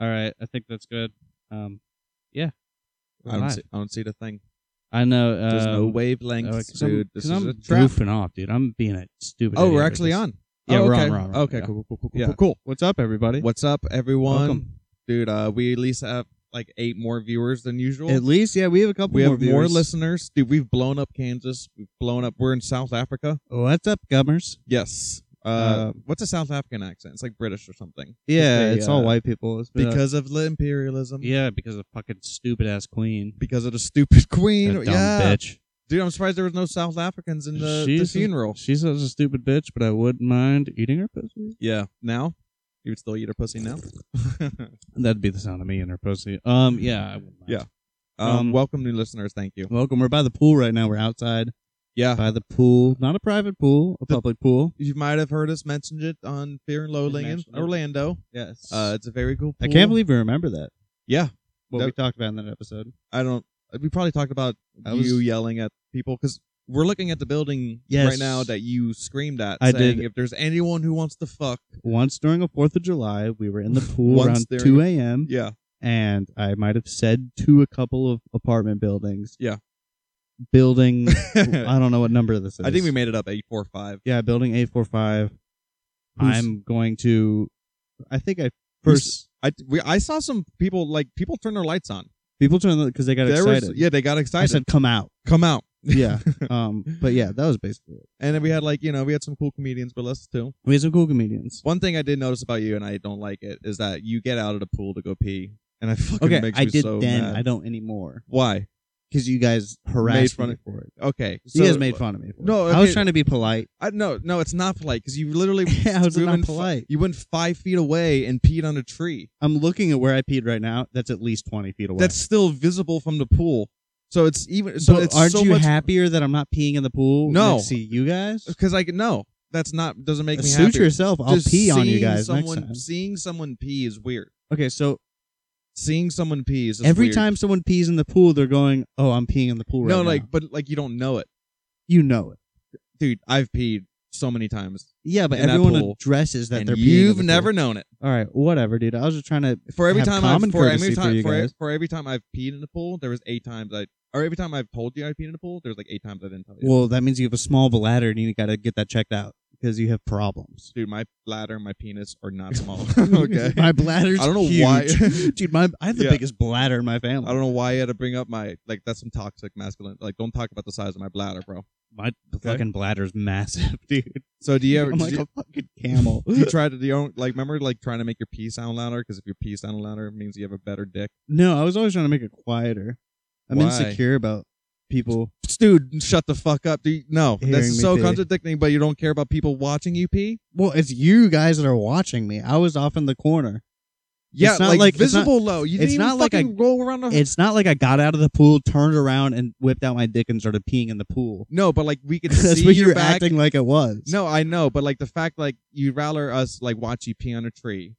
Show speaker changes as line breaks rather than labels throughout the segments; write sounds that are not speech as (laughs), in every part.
All right, I think that's good. Um, yeah, We're
I don't
live.
see. I don't see the thing.
I know. Um,
There's no
oh,
wavelengths,
'cause I'm-
dude. This
'cause
is
I'm
a trap.
goofing off, dude. I'm being a stupid.
Oh,
idiot
we're
with
actually
this.
on.
Yeah,
Oh,
we're on,
okay.
we're on, we're on,
okay,
yeah.
cool, cool, cool, cool,
Yeah.
cool, cool.
What's up, everybody?
What's up, everyone?
Welcome.
Dude, uh, we at least have like eight more viewers than usual.
At least, yeah, we have a couple
we
more
have more
viewers.
listeners. Dude, we've blown up Kansas. We've blown up. We're in South Africa.
What's up, gummers?
Yes. Uh,
Uh,
what's a South African accent? It's like British or something.
Yeah,
they,
it's all
uh,
white people. It's been a-
Because of the imperialism.
Yeah, because of fucking stupid ass queen.
Because of the stupid (laughs) queen.
That dumb
yeah.
bitch.
Dude, I'm surprised there was no South Africans in the, the
she's
funeral.
she's such a stupid bitch, but I wouldn't mind eating her pussy.
Yeah. Now? You would still eat her
(laughs)
pussy now? Um,
That'd be the sound of me and her pussy. Um, yeah, I wouldn't mind.
Yeah. um,
Um,
welcome, new listeners. Thank you.
welcome. We're by the pool right now. We're outside
Yeah.
by the pool, not a private pool, a
The-
public pool.
You might have heard us mention it on Fear and Loathing in
mentioned it.
Orlando.
Yes.
Uh, it's a very cool.
I
pool.
can't believe you remember that.
Yeah,
What
That-
we talked about in that episode.
I don't. We probably talked about
I
you
was-
yelling at people because we're looking at the building
Yes.
right now that you screamed at.
I
saying,
did.
If there's anyone who wants to fuck,
Once during a 4th of July, we were in
(laughs)
the pool
Once
around
during-
2 a.m. (laughs)
yeah,
and I might have said to a couple of apartment buildings.
Yeah. (laughs)
Building,
I
I don't know what number this is.
think we made it up eight four five.
Yeah, building 845.
Who's-
I'm going to. I think I
Who's-
first.
I we, I saw some people like people turn their lights on.
People turned because they got
There was-
excited.
yeah, they got
I
excited.
said, come
(laughs)
out.
Come out,
Yeah. um, but yeah, that was basically it.
and then we had like you know we had some cool comedians with us too.
We had some cool comedians.
One thing I did notice about you, and I don't like it, is that you get out of the pool to go pee, and I (laughs) fucking
Okay,
makes
I
me
did
so
then.
mad.
I don't anymore
Why?
because you guys harassed
fun
me
of-
for it.
Okay,
you
so- uh,
guys made fun of me. For
No,
it. I was
okay.
trying to be polite.
I, no, no, it's not polite because
(laughs)
you literally.
How is it
we
not
went fi-
polite?
you went five feet away and peed on a tree.
I'm looking at where I peed right now. That's at least 20 feet away.
That's still visible from the pool. So it's even. So
But
it's
aren't
so
you
much
happier that I'm not peeing in the pool?
No.
next to you guys.
Because I can no, that's not doesn't make me
Suit
happy.
yourself. I'll
Just
pee on you
seeing
guys
Someone
next time.
seeing someone pee is weird.
Okay, so
Seeing someone pee is just
every
weird.
time someone pees in the pool, they're going, "Oh, I'm peeing in the pool right
No,
now."
like, but like you don't know it,
you know it.
dude. I've peed so many times,
Yeah, but
in that
everyone
pool.
addresses that
and
they're peeing. in
you've
the pool.
never known it.
All right, whatever, dude. I was just trying to.
For every
have
time I've
common
for every
courtesy for
time
you
for, e-
guys.
for every time I've peed in the pool, there was eight times I or every time I've told you I peed in the pool, there's like eight times I didn't tell you.
Well, that means you have a small bladder, and you got to get that checked out because you have problems.
dude, my bladder and my penis
(laughs)
are not small. (laughs) okay.
my bladder's
I don't know
huge.
why-
(laughs) dude. My I have the
Yeah.
biggest bladder in my family.
I don't know why I had to bring up my like that's some toxic masculine like don't talk about the size of my bladder, bro.
My fucking bladder's massive, (laughs) dude.
So do
(laughs)
you ever
I'm
did
like
you,
a fucking camel.
(laughs) do you try to do you own- like remember like trying to make your pee sound louder because if your pee sound louder it means you have a better dick.
no, I was always trying to make it quieter. I'm
Why?
insecure about people.
Dude, shut the fuck up. Dude, no,
Hearing
that's
me
so
pee.
contradicting. But you don't care about people watching you pee.
Well, it's you guys that are watching me. I was off in the corner.
Yeah,
not
like,
like- it's not-
visible low. You
it's
didn't even
not like I-
fucking roll around the
It's not like I got out of the pool, turned around, and whipped out my dick and started peeing in the pool.
No, but like we could
(laughs) That's
see
what
your
you're
back.
acting like it was.
No, I know, but like the fact like you'd rather us like watch you pee on a tree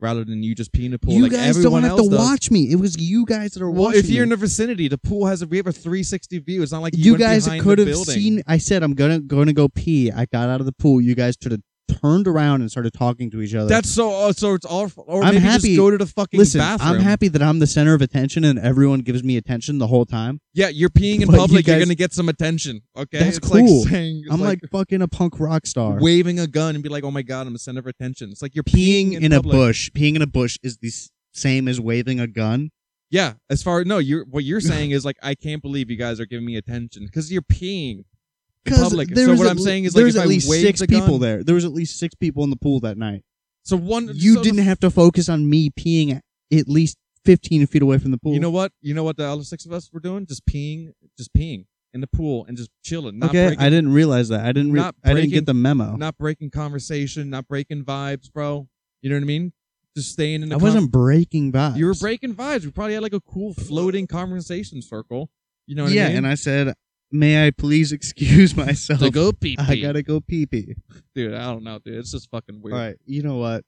rather than you just pee in a pool.
you
like
guys
everyone
don't have
else
to
does.
watch me. It was you guys that are
Well,
watching.
if you're in
me.
the vicinity, the pool has a we have a 360 view. It's not like you,
you
went
guys
behind the
could have
building.
seen. I said I'm gonna gonna go pee. I got out of the pool. You guys should have turned around and started talking to each other.
That's so. Oh, so it's all. Or
I'm
maybe
happy-
just go to the fucking
listen.
bathroom.
I'm happy that I'm the center of attention and everyone gives me attention the whole time.
Yeah, you're peeing in
But you
public. You are
guys-
gonna get some attention. Okay,
That's
it's
cool.
Like saying, it's
I'm like, fucking a punk rock star.
waving a gun and be like, "Oh my god, I'm a center of attention." It's like you're
peeing in, a
public.
bush. Peeing in a bush is the s- same as waving a gun.
Yeah, as far no, you're what
(laughs)
you're saying is like I can't believe you guys are giving me attention because you're peeing.
Because
public.
there
So
was
what
at
I'm
le-
saying is,
there
like,
was
if
at
I
least
waved
six
the
people
gun-
there. There was at least six people in the pool that night.
So one,
You
so the-
didn't have to focus on me peeing at least fifteen feet away from the pool.
You know what? You know what the other six of us were doing? Just peeing, just peeing in the pool and just chilling, not
okay,
breaking,
I didn't realize that. I didn't. Re-
not
I didn't
breaking-
get the memo.
not breaking conversation, not breaking vibes, bro. You know what I mean? Just staying in the.
I wasn't breaking vibes.
con- you were breaking vibes. We probably had like a cool floating conversation circle. You know what
yeah,
I mean?
and I said, "May I please (laughs) excuse myself?
to go "Oh, pee
(laughs) I
pee.
gotta go pee pee."
dude. I don't know, dude. It's just fucking
All
weird.
right, you know what?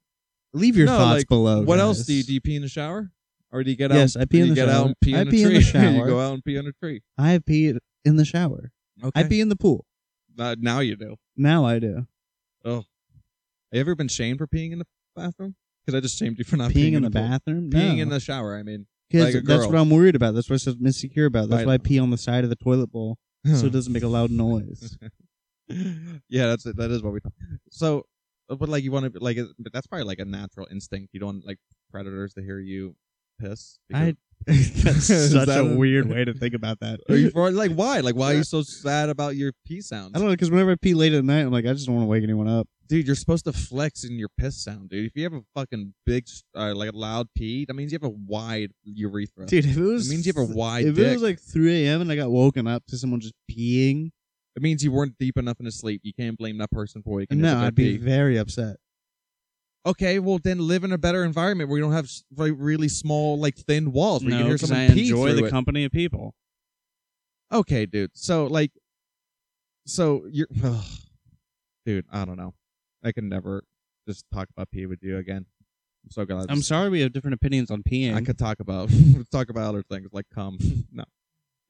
Leave your
No,
thoughts
like,
below.
What else
guys.
do you do? You pee in the shower, or do you get
Yes,
out?
I pee
do
in
you
the
get out
shower.
and pee
I
on
pee
a
in
tree.
the
(laughs) you
shower.
go out and pee on a tree.
I pee in the shower.
Okay.
I pee in the pool.
Uh, now you do.
Now I do.
Have you ever been shamed for peeing in the bathroom? because I just shamed you for not
peeing in the
the pool.
bathroom?
Peeing
No.
in the shower. I mean,
Because
like a
that's
girl.
what I'm worried about. That's what I'm insecure about. That's
Right.
why I pee on the side of the toilet bowl
(laughs)
so it doesn't make a loud noise.
yeah, that's it. That is what we. So, uh, but like you want to like, it- but that's probably like a natural instinct. You don't like predators to hear you piss. because-
I-
(laughs)
(laughs) that's
Is
such
that
a
a-
weird way to think about that.
Are you for- like why? Like why are you so sad about your pee sound?
I don't know because whenever I pee late at night, I'm like, I just don't want to wake anyone up.
dude, you're supposed to flex in your piss sound, dude. If you have a fucking big, uh, like loud pee, that means you have a wide urethra.
Dude, if it
it
was,
means you have a wide
if
dick.
it was like 3 a.m. and I got woken up to someone just peeing,
it means you weren't deep enough in sleep. You can't blame that person for waking
no,
up.
I'd be very upset.
Okay, well then live in a better environment where you don't have s- like really small, like thin walls where you
No,
can hear
'cause
someone
I
pee
enjoy
through
the
it.
company of people.
okay, dude. So like, so you're, (sighs) dude. I don't know. I can never just talk about pee with you again. I'm so glad.
I'm sorry we have different opinions on peeing.
I could talk about (laughs) talk about other things like cum. (laughs) No,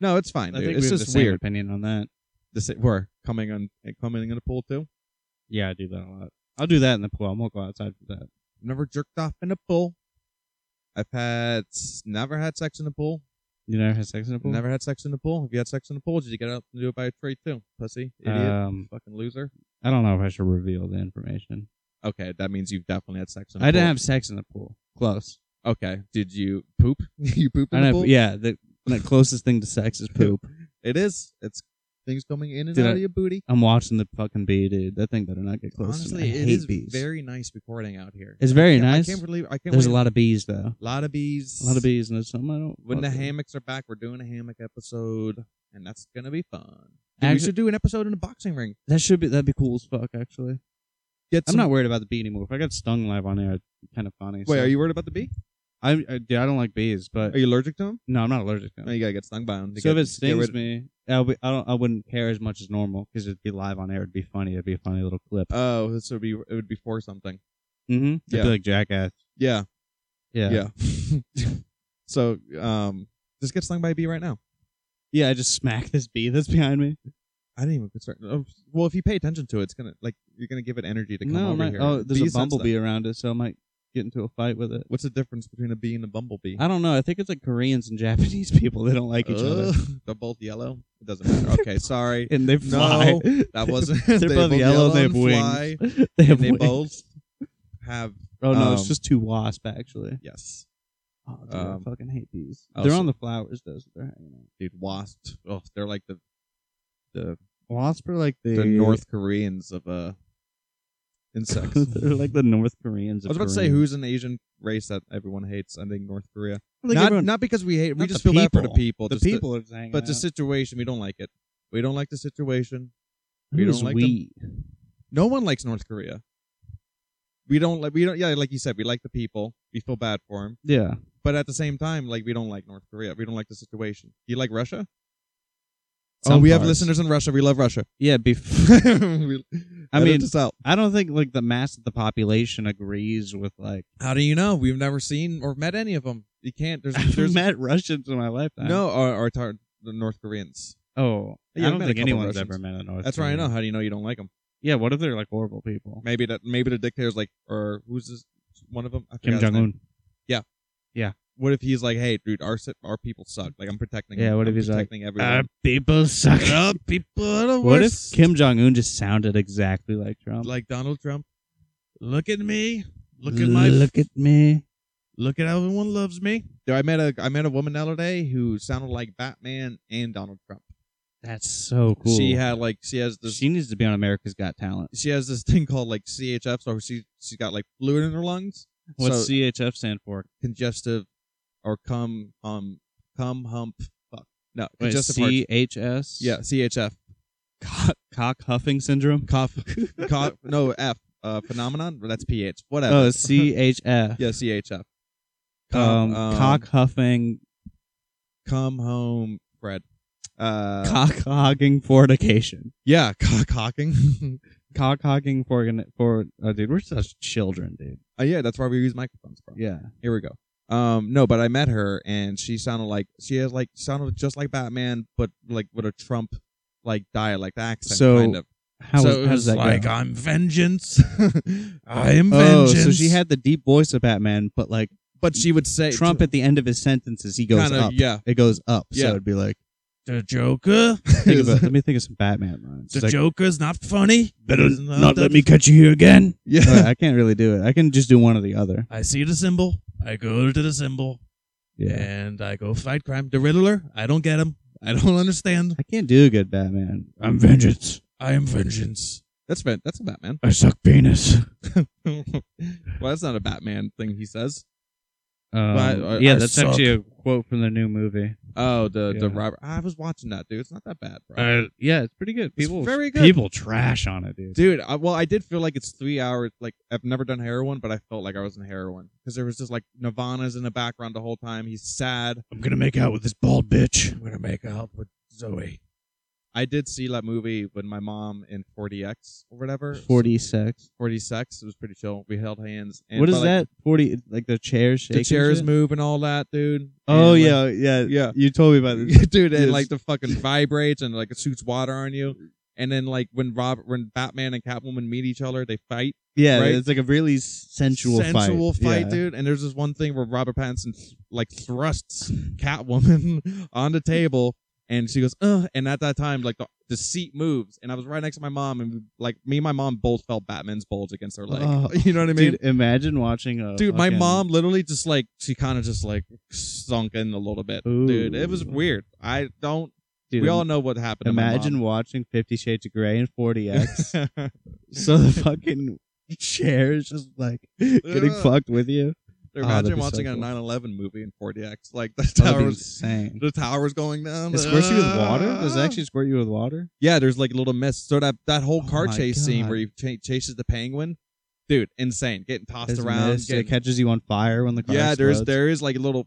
no, it's fine.
I
Dude.
think
It's
we have
just
the same
weird.
opinion on that.
The sa- we're coming on coming in the pool too.
Yeah, I do that a lot. I'll do that in the pool. I won't go outside for that.
Never jerked off in a pool. I've had never had sex in a pool.
You never had sex in a pool?
Never had sex in the pool. Have you had sex in the pool? Did you get up and do it by a tree too? Pussy, idiot,
Um,
fucking loser.
I don't know if I should reveal the information.
Okay, that means you've definitely had sex in. The
I didn't
pool.
have sex in the pool. Close.
Okay, did you poop? (laughs) you pooped
I
in the
didn't
pool.
have, yeah, the, the closest thing to sex is poop.
it is. It's things coming in and
Did
out
I-
of your booty.
I'm watching the fucking bee, dude. That thing better not get close to
Honestly,
me. I
it
hate
is
bees.
very nice recording out here.
it's very
Yeah,
nice.
I can't believe. I can't.
There's
wait-
a lot of bees, though.
lot of bees.
A lot of bees, and it's something I don't.
When the
fucking-
hammocks are back, we're doing a hammock episode, and that's gonna be fun. Dude, we
Actu-
should do an episode in a boxing ring.
That should be that'd be cool as fuck. Actually,
Get
I'm not worried about the bee anymore. If I got stung live on air, it'd be kind of funny.
(laughs) Wait,
so-
are you worried about
(laughs)
the bee?
I, I dude, I don't like bees, but
Are you allergic to them?
no, I'm not allergic to
No,
them.
you gotta get stung by them. to
So if
get-
it
to get rid
stings me, I'll be, I don't. I wouldn't care as much as normal because it'd be live on air. It'd be funny. It'd be a funny little clip.
Oh, this would be it would be for something.
mm-hmm. It'd
yeah.
be like Jackass.
Yeah,
Yeah.
yeah.
(laughs)
(laughs) so, um, just get stung by a bee right now.
Yeah, I just smack this bee that's behind me.
I didn't even concern. Oh, well, if you pay attention to it, it's gonna like you're gonna give it energy to come
No,
over
my,
here.
oh, there's
Bees
a
sense that.
bumblebee around it, so I might get into a fight with it.
What's the difference between a bee and a bumblebee?
I don't know. I think it's like Koreans and (laughs) Japanese people. They don't like each other,
Ugh, Uh, (laughs) They're both yellow. It doesn't matter. Okay, sorry.
(laughs) and they fly.
That
(laughs)
wasn't. (laughs)
They're
they
both yellow. and They have
fly,
wings. (laughs) They have
and they
wings.
both have
oh no,
um,
it's just two wasp actually.
yes,
Oh, dude,
um,
I fucking hate these.
oh,
They're
so-
on the flowers though. So they're hanging out.
dude. Wasps. Oh, they're like the the
Wasps are like the,
the
(laughs)
North Koreans of uh insects.
they're like the North Koreans. Of
I was about to say
Koreans.
who's an Asian race that everyone hates. I think North Korea.
I think
not
everyone-
not because we hate. We
not
just
the
feel bad for the
people.
people.
the
just
people are just hanging
but the
out.
situation we don't like it. We don't like the situation.
Who
we don't
is
like them.
we?
No one likes North Korea. We don't like. We don't. Yeah, like you said, we like the people. We feel bad for them.
Yeah,
But at the same time, like we don't like North Korea. We don't like the situation. Do you like Russia? oh,
Some
we have
parts.
listeners in Russia. We love Russia.
yeah. Bef-
(laughs)
(laughs)
We-
I
edit
mean,
this out.
I don't think like the mass of the population agrees with like. (laughs)
How do you know? We've never seen or met any of them. You can't. (laughs) There's,
I've
there's
met Russians in my lifetime.
no or, or tar- the North Koreans.
Oh, I
Yeah, I've
don't
met a
think
couple
anyone's
Russians.
ever met a North.
That's right. I know.
Korean.
How do you know you don't like them?
Yeah, what if they're like horrible people?
Maybe that. Maybe the dictator's like, or who's this? One of them. I
Kim
forgot his
Jong
name.
Un.
What if he's like, hey, dude, our si- our people suck. Like I'm protecting.
Yeah, what if
I'm
he's like, "Ah,
protecting everyone?
Uh, people suck.
Our people are
(laughs)
the
What if
worst.
Kim Jong Un just sounded exactly like Trump?
like Donald Trump? Look at me.
look at me.
Look at how everyone loves me. I met a I met a woman the other day who sounded like Batman and Donald Trump.
That's so cool.
She had like she has this she,
she needs to be on America's Got Talent.
has this (laughs) thing called like CHF, so she she's got like fluid in her lungs,
What's
So-
CHF stand for?
congestive, or cum um cum hump fuck no
Wait,
congestive heart
CHS.
yeah CHF
Cock, cock huffing syndrome.
cough
(laughs)
cough no F uh phenomenon that's pH whatever
Oh, CHF.
(laughs) yeah CHF
Um, cock huffing,
come home Fred uh (laughs)
cock hogging fornication. (laughs)
yeah cock hawking.
Cock hogging for for. Oh, dude, we're such children, dude.
(laughs) Uh, yeah, that's why we use microphones, bro.
Yeah.
Here we go. Um, no, but I met her and she sounded like she has like sounded just like Batman, but like with a Trump like dialect accent,
So-
kind of.
How
so
was-
it
how
was
does that
like,
go?
I'm vengeance. (laughs) I am
oh,
vengeance.
so she had the deep voice of Batman, but like
but she would say
Trump at the end of his sentences, he goes
kind
up.
of, yeah.
It goes up.
Yeah.
So it'd be like,
The Joker.
think of a- let me think of some Batman lines.
the
It's like,
Joker's not funny. He's
catch you here
(laughs)
again.
all
Yeah.
right, I can't really do it. I can just do one or the other.
I see the symbol. I go to the symbol,
Yeah.
and I go fight crime. The Riddler. I don't get him. I don't understand.
I can't do a good Batman.
I'm vengeance.
I am vengeance. That's bad. That's a Batman. (laughs)
I suck penis.
Um,
well, that's not a Batman thing he says.
Um,
I- I-
yeah,
uh, I
that's
suck.
actually a quote from the new movie.
Oh, the the
Yeah.
Robert. I was watching that, dude. It's not that bad, bro.
Uh, yeah, it's pretty good.
It's
People,
very good.
People trash on it, dude.
dude. I, well, I did feel like it's three hours. Like I've never done heroin, but I felt like I was in heroin because there was just like Nirvana's in the background the whole time. He's sad.
I'm gonna make out with this bald bitch.
I'm gonna make out with Zoe. I did see that movie with my mom in 40x or whatever.
Forty sex.
40 sex. It was pretty chill. We held hands. And,
What
but,
is
like,
that? Forty like the chairs shaking.
The chairs
shit?
move and all that, dude.
Oh
And, like,
yeah, yeah,
(laughs) yeah.
You told me about this.
dude, and
Yes.
like the fucking vibrates and like it shoots water on you. And then like when Rob, when Batman and Catwoman meet each other, they fight.
Yeah,
Right?
it's like a really sensual,
sensual
fight.
fight,
Yeah.
dude. And there's this one thing where Robert Pattinson like thrusts Catwoman (laughs) on the table, and she goes, "Ugh!" And at that time, like the, the seat moves, and I was right next to my mom, and like me and my mom both felt Batman's bulge against her leg.
Oh,
(laughs) you know what I mean?
Dude,
Dude,
imagine watching a
my
fucking-
mom literally just like she kind of just like sunk in a little bit, dude. It was
Ooh.
weird. I don't.
Dude,
we all know what happened.
imagine
(laughs) to
watching Fifty Shades of Grey and Forty
my mom. (laughs)
X. so the fucking chair is just like getting
Ugh.
fucked with you.
Or
Ah, that'd
imagine
be so
watching a
cool. Oh,
9/11 movie in 4DX, like (laughs) the
That'd be
towers,
insane.
the Ah. towers going down.
It squirts you with water. Does it actually squirt you with water?
Yeah, there's like little mist. So that that whole
Oh
car
my
chase scene
God.
where he ch- chases the penguin, dude, insane. Getting tossed
There's
around.
mist, it
getting-
catches you on fire when the car
yeah, there's
explodes.
there is like
(laughs)
a little.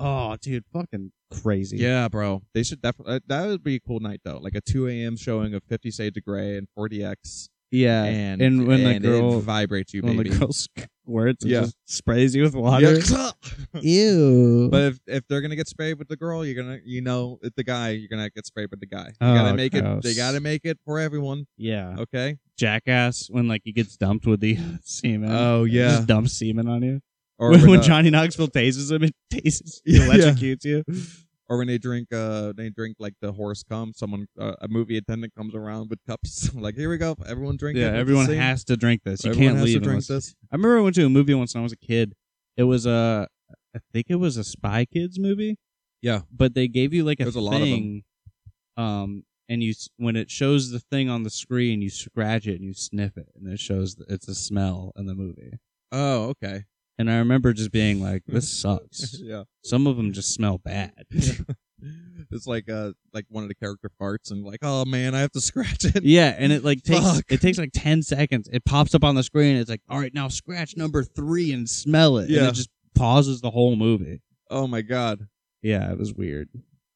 Oh, dude, fucking crazy.
Yeah, bro. They should definitely. That would be a cool night though, like a 2 a.m. showing of 50 Shades of Grey and 40X,
yeah.
and
and when the
and it
girl-
vibrates you,
when
baby.
the girl (laughs) squirts and
Yeah.
just sprays you with
(laughs)
water. (laughs)
Yeah. ah!
Ew.
But if, if they're gonna get sprayed with the girl, you're gonna you know if the guy you're gonna get sprayed with the guy. You gotta
Oh,
make it. They
gross.
gotta make it for everyone.
yeah,
Okay.
jackass when like he gets dumped with the (laughs) semen.
Oh
Just dump semen on you. (laughs)
Or
when,
when,
when
uh,
Johnny Knoxville tases him, it tases, he
(laughs) Yeah.
electrocutes you.
or when they drink uh they drink like the horse cum. Someone uh, a movie attendant comes around with cups. (laughs) like here we go, everyone drink. it.
Yeah,
It's the
everyone
same.
has to drink this. You
Everyone
can't
has
leave
to drink
unless-
this.
I remember I went to a movie once when I was a kid. It was a, I think it was a Spy Kids movie.
Yeah.
but they gave you like a
There's
thing,
a lot of them.
um, and you s- when it shows the thing on the screen, you scratch it and you sniff it, and it shows th- it's a smell in the movie.
Oh, okay.
And I remember just being like,
(laughs)
"This sucks."
yeah.
Some of them just smell
(laughs)
bad.
It's like uh like one of the character farts and like oh man I have to (laughs) scratch
(laughs)
it.
yeah, and it like takes
Fuck.
it takes like ten seconds. It pops up on the screen. It's like, "All right, now scratch number three and smell it." And
Yeah.
it just pauses the whole movie.
Oh my god.
Yeah, it was weird.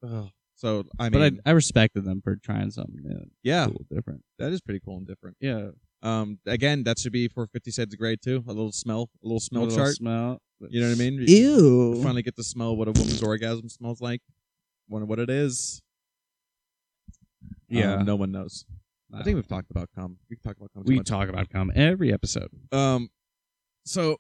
Ugh. So I mean
but I, I respected them for trying something new,
yeah
cool, different.
that is pretty cool and different.
Yeah,
Um again that should be for Fifty Shades of Grey too. A little smell, a little smell
Little
chart.
smell.
You know what I mean? You
Ew.
finally get to smell what a woman's orgasm smells like. Wonder what it is.
Yeah,
Um, no one knows. I think we've talked about cum. We talk about cum. too
we
much.
talk about cum every episode.
Um, so,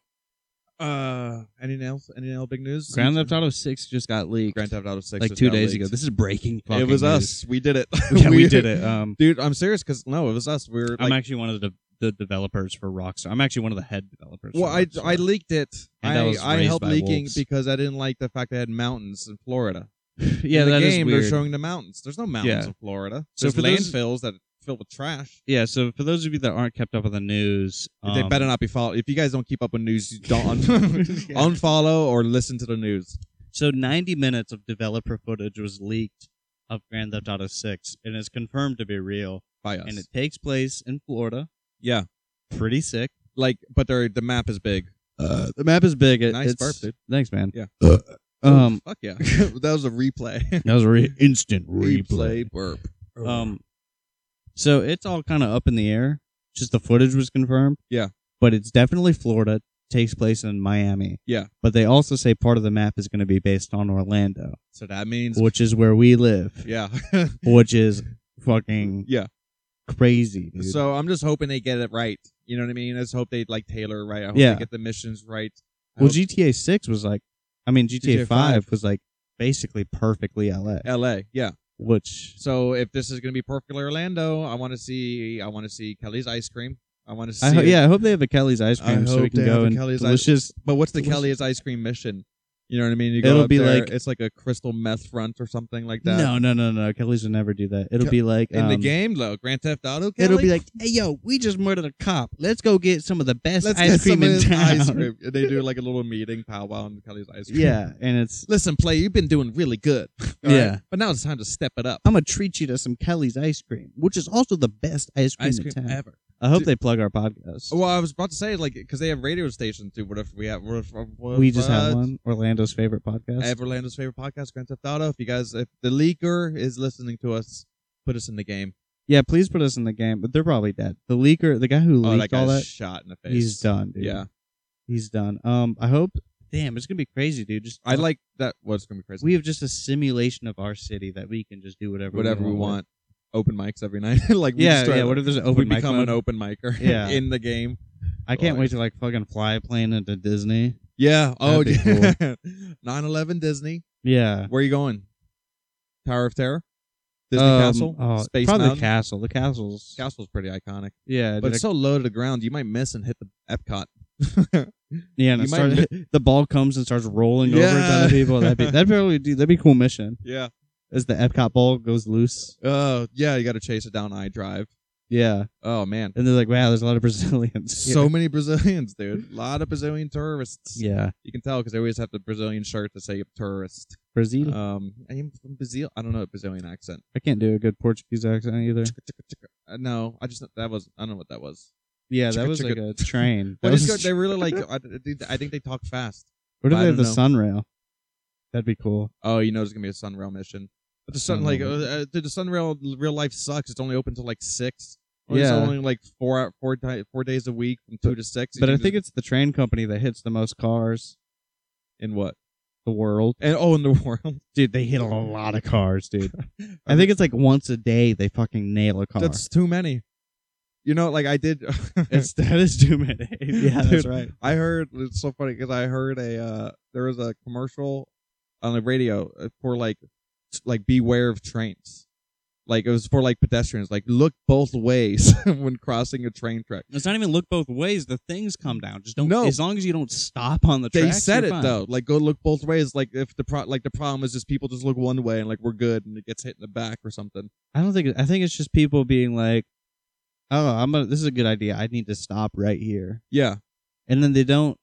uh, any else? Any other big news?
Grand Theft Auto Six just got leaked
Grand Theft Auto Six.
like
was
two
now
days
leaked.
ago. This is breaking.
it
fucking
was
news.
us. We did it.
(laughs) Yeah, we did
(laughs)
it. Um,
dude. I'm serious because no, it was us. We were
I'm
like,
actually one of the, the developers for Rockstar. I'm actually one of the head developers.
well,
for
I
Rockstar.
I leaked it.
And I
I
was
I
raised
helped
by
leaking
wolves.
because I didn't like the fact they had mountains in Florida.
(laughs) yeah,
in the
that is
game
weird.
they're showing the mountains. There's no mountains
Yeah.
in Florida.
So
There's
for those-
landfills that fill with trash.
yeah, so for those of you that aren't kept up on the news,
they
um,
better not be follow. If you guys don't keep up with news,
(laughs)
you don't (laughs) unfollow or listen to the news.
So 90 minutes of developer footage was leaked of Grand Theft Auto 6 and is confirmed to be real.
By us.
And it takes place in Florida.
yeah,
Pretty sick.
like, but they're, the map is big.
Uh, the map is big. It-
Nice
it's-
burp, dude.
Thanks, man.
Yeah.
um,
Fuck
(laughs)
yeah, that was a (laughs) replay.
that was a re- instant
burp.
Um, so it's all kind of up in the air. Just the footage was confirmed.
Yeah.
But it's definitely Florida. Takes place in Miami.
Yeah.
But they also say part of the map is going to be based on Orlando,
(laughs) so that means
which is where we live,
yeah,
which is fucking
(laughs) yeah.
crazy, dude.
So I'm just hoping they get it right. You know what I mean? I just hope they like tailor it right. I hope
Yeah.
they get the missions right. I
well,
hope
GTA Six was like, I mean, GTA,
GTA
Five was like basically perfectly LA,
LA, yeah.
which
So if this is gonna be perfectly Orlando, I want to see. I want to see Kelly's ice cream. I want to see.
I ho-
it.
yeah, I hope they have a Kelly's ice cream
I
so we
hope
can
they
go
have a
and
Kelly's ice-
delicious.
But what's the
Delicious.
Kelly's ice cream mission? You know what I mean? You go
It'll
up
be
there,
like-
it's like a crystal meth front or something like that.
No, no, no, no. Kelly's would never do that. It'll
Ke-
be like
In the
um,
game, though, Grand Theft Auto. Kelly?
It'll be like, hey, yo, we just murdered a cop. Let's go get some of the best
let's
ice
get
cream
some of
in
his
town.
ice cream. And they do like a little meeting powwow on Kelly's ice cream.
(laughs) Yeah, and it's
Listen, play. You've been doing really good. (laughs) all right?
Yeah.
But now it's time to step it up.
I'm gonna treat you to some Kelly's ice cream, which is also the best ice cream
Ice
in
cream
town.
ever.
I hope
Dude.
they plug our podcast.
Well, I was about to say like because they have radio stations too. What if we have? What if, what
we
if,
just
uh,
have one, Orlando's favorite podcast.
Everlando's favorite podcast, Grand Theft Auto. If you guys, if the leaker is listening to us, put us in the game.
yeah, please put us in the game, but they're probably dead. The leaker, the guy who
Oh, that
leaked all
guy's
that,
shot in the face.
he's done, dude.
Yeah,
he's done. Um, I hope. Damn, it's gonna be crazy, dude. Just
I like that. What's gonna be crazy?
We have just a simulation of our city that we can just do whatever
whatever we
with.
want. Open mics every night. (laughs) like we
Yeah,
just try
yeah.
to-
What if there's an
we
open mic?
become
mode?
an open micer (laughs)
Yeah.
in the game.
I can't wait to like fucking fly a plane into Disney.
Yeah. Oh,
That'd be
yeah. (laughs) 9/11 Disney.
Yeah.
Where are you going? Tower of Terror. Disney
Um,
Castle.
oh,
Space
probably
Mountain.
the castle. The castle's
Castle's pretty iconic,
yeah,
but
dude,
it's
I-
so low to the ground you might miss and hit the Epcot.
(laughs) yeah. And
you
it
might
starts- (laughs) the ball comes and starts rolling over a ton of
Yeah.
people. That'd be that'd probably do that'd be a cool mission.
yeah.
As the Epcot ball goes loose,
Oh yeah, you got to chase it down I Drive.
yeah,
Oh man,
and they're like, wow, there's a lot of (laughs) Brazilians. here."
so many (laughs) Brazilians, dude. A lot of Brazilian tourists.
yeah,
You can tell because they always have the Brazilian shirt to say tourist.
Brazil.
Um, I'm from Brazil. I don't know a Brazilian accent.
I can't do a good Portuguese accent either.
Uh, no, I just that was I don't know what that was.
Yeah, that
chicka,
was like a
chicka.
train. (laughs)
(laughs)
That
But it's
was a
good.
tra-
They really like. I, dude, I think they talk fast.
(laughs) what if
I
they have the
don't
sunrail? That'd be cool.
Oh, you know there's gonna be a Sunrail mission. But the
Mm-hmm.
Sun, like, uh, uh, dude, the Sunrail real life sucks. It's only open till like six. Or It's
Yeah.
only like four hou- four ti- four days a week from two to six. You
But
can
I
just-
think it's the train company that hits the most cars
in what
the world.
and oh in the (laughs) world.
Dude, they hit a lot of cars,
(laughs)
dude. I think it's like once a day they fucking nail a car.
That's too many. You know, like I did.
(laughs)
(laughs)
it's that is too many. (laughs) yeah, that's
Dude.
right.
I heard it's so funny because I heard a uh, there was a commercial on the radio uh, for like s- like beware of trains. Like it was for like pedestrians. Like look both ways (laughs) when crossing a train track.
It's not even look both ways. The things come down. Just don't.
No.
As long as you don't stop on the.
They
tracks,
said
you're
it
fine.
though. Like go look both ways. Like if the pro- like the problem is just people just look one way and like we're good and it gets hit in the back or something.
I don't think. I think it's just people being like, "Oh, I'm. A, this is a good idea. I need to stop right here."
Yeah,
And then they don't.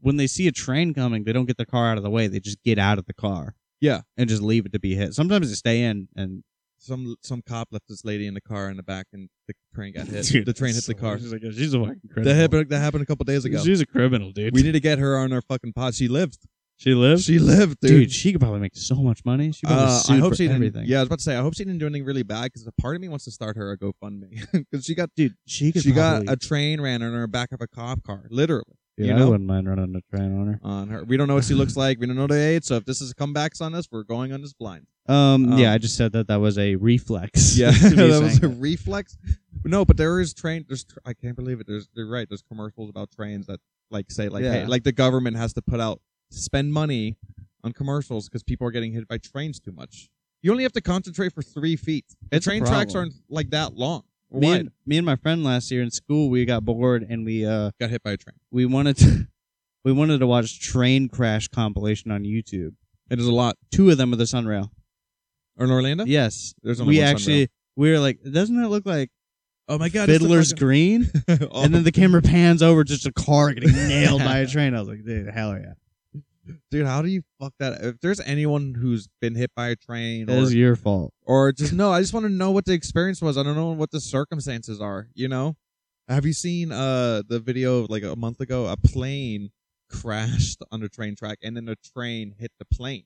When they see a train coming, they don't get the car out of the way. They just get out of the car.
Yeah.
and just leave it to be hit. Sometimes they stay in and
some some cop left this lady in the car in the back and the train
(laughs)
got hit.
Dude,
the train hit
that's
the
so-
car.
She's, like, she's a fucking criminal.
That happened. That happened a couple days ago.
She's a criminal, dude.
We need to get her on our fucking pod. She lived.
she lives.
She lived,
dude.
dude.
she could probably make so much money. She probably
Uh,
sued
I hope
for
she didn't.
everything.
Yeah, I was about to say. I hope she didn't do anything really bad because a part of me wants to start her a GoFundMe (laughs) because she got
dude. She could.
she got
probably,
a train ran on her back of a cop car, literally
Dude,
you
I
know?
wouldn't mind running a train on her.
on her. We don't know what
(laughs)
she looks like. We don't know the age. So if this is comebacks on us, we're going on this blind.
Um,
Um,
yeah, I just said that that was a
(laughs)
reflex. (laughs)
Yeah,
to me
that was a (laughs)
saying
reflex. No, but there is train. There's tr- I can't believe it. There's they're right. There's commercials about trains that like say like
Yeah.
hey like the government has to put out spend money on commercials because people are getting hit by trains too much. You only have to concentrate for three feet. The
It's a
train tracks
problem.
aren't like that long. or
me
wide.
and, me and my friend last year in school, we got bored and we uh
got hit by a train.
we wanted to (laughs) we wanted to watch train crash compilation on YouTube.
It is a lot.
Two of them are the Sunrail.
Or in Orlando?
Yes,
There's only
we
one Sunrail.
actually we were like, doesn't that look like
Oh my god.
Fiddler's Green?
(laughs) Green.
And then the camera pans over just a car
(laughs)
getting nailed by a train. I was like, dude, hell yeah.
dude, how do you fuck that? If there's anyone who's been hit by a train
That
or
is your fault.
or just no i just want to know what the experience was i don't know what the circumstances are you know have you seen uh the video like a month ago a plane crashed on the train track and then the train hit the plane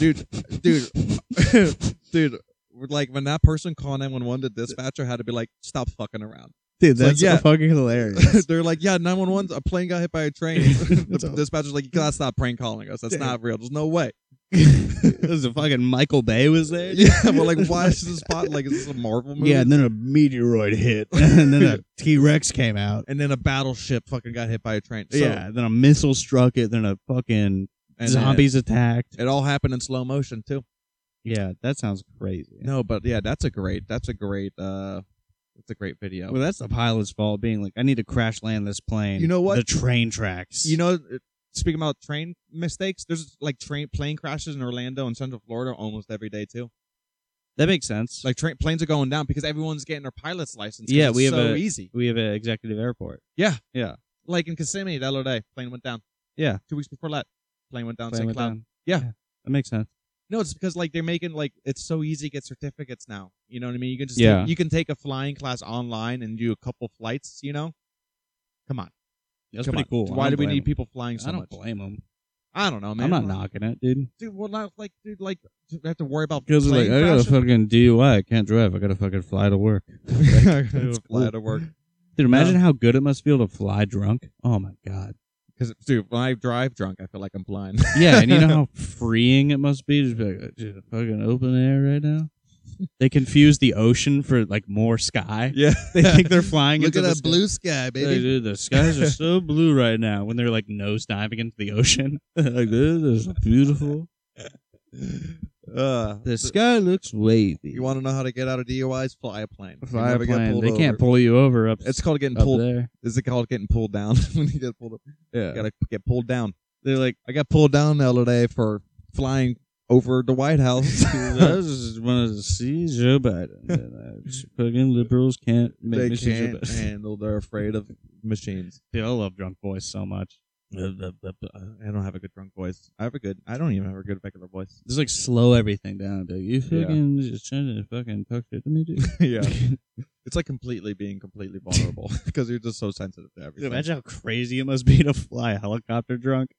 dude
(laughs)
dude (laughs) dude like when that person called 911 the dispatcher had to be like stop fucking around
Dude,
like,
that's
yeah.
fucking
(laughs)
hilarious.
they're like yeah 911 's- a plane got hit by a train the
That's all.
dispatcher's like you gotta stop prank calling us that's
Damn.
not real there's no way
it was a fucking Michael Bay was there.
yeah, but like, why is this spot? Like, is this a Marvel movie?
Yeah, and then a
(laughs)
meteoroid hit, and then a T Rex came out.
and then a battleship fucking got hit by a train. So-
yeah, then a missile struck it, then a fucking
and
zombies attacked.
It, it all happened in slow motion too.
Yeah, that sounds crazy.
No, but yeah, that's a great. That's a great. uh That's a great video.
Well, that's the pilot's fault, being like, I need to crash land this plane.
You know what?
The train tracks.
you know, it- speaking about train mistakes, there's like train plane crashes in Orlando and Central Florida almost every day too.
that makes sense. Like,
Like train planes are going down because everyone's getting their pilot's license. 'cause
Yeah,
it's
we have
so
a-
easy.
we have an executive airport.
Yeah,
Yeah.
Like in Kissimmee the other day, plane went down.
Yeah.
two weeks before that, plane went down.
Plane
St.
went
Cloud.
down.
Yeah.
that makes sense.
No, it's because like they're making like it's so easy to get certificates now. You know what I mean? You can just
Yeah.
take, you can take a flying class online and do a couple flights. You know, come on,
That's
come
pretty
on.
cool. I
Why
don't
do we
blame
need
them.
people flying so
I don't
much?
blame them.
I don't know, man.
I'm not
Well,
knocking it, dude.
dude. Well, not like dude, like we have to worry about
Because like,
plane
I got a
(laughs) crashes.
fucking DUI. I can't drive. I got to fucking fly to work.
It's fly to work.
Dude, imagine how good it must feel to fly drunk. Oh my god.
Because dude, when I drive drunk, I feel like I'm
(laughs)
blind.
Yeah, and you know how freeing it must be to be like, "Dude, fucking open air right now. They confuse the ocean for like more sky.
(laughs) yeah,
They think they're flying
Look
into
at
the
that
sky.
blue sky,
Like,
baby.
dude, the skies are so blue right now when they're like nose diving into the ocean. (laughs) like this is beautiful.
Uh,
The sky looks wavy.
You want to know how to get out of DUIs? Fly a plane. You
fly a
never get
plane?
pulled
They
over.
can't pull you over up.
It's called getting
up
pulled.
there.
Is it called getting pulled down (laughs) when you get pulled up?
Yeah.
You (laughs) gotta get pulled down. They're like, I got pulled down the other day for flying over the White House.
(laughs) I just wanted to see Joe Biden. And, uh, fucking liberals can't make
(laughs) they
me see Joe
can't
Biden.
handle. They're afraid of machines.
Dude, I love drunk boys so much.
I don't have a good drunk voice. I have a good. I don't even have a good regular voice. (laughs)
Just like slow everything down. Dude. You
Yeah.
fucking just trying to fucking talk shit to me,
(laughs)
dude.
yeah, it's like completely being completely vulnerable (laughs) because you're just so sensitive to everything.
Dude, imagine how crazy it must be to fly a helicopter drunk.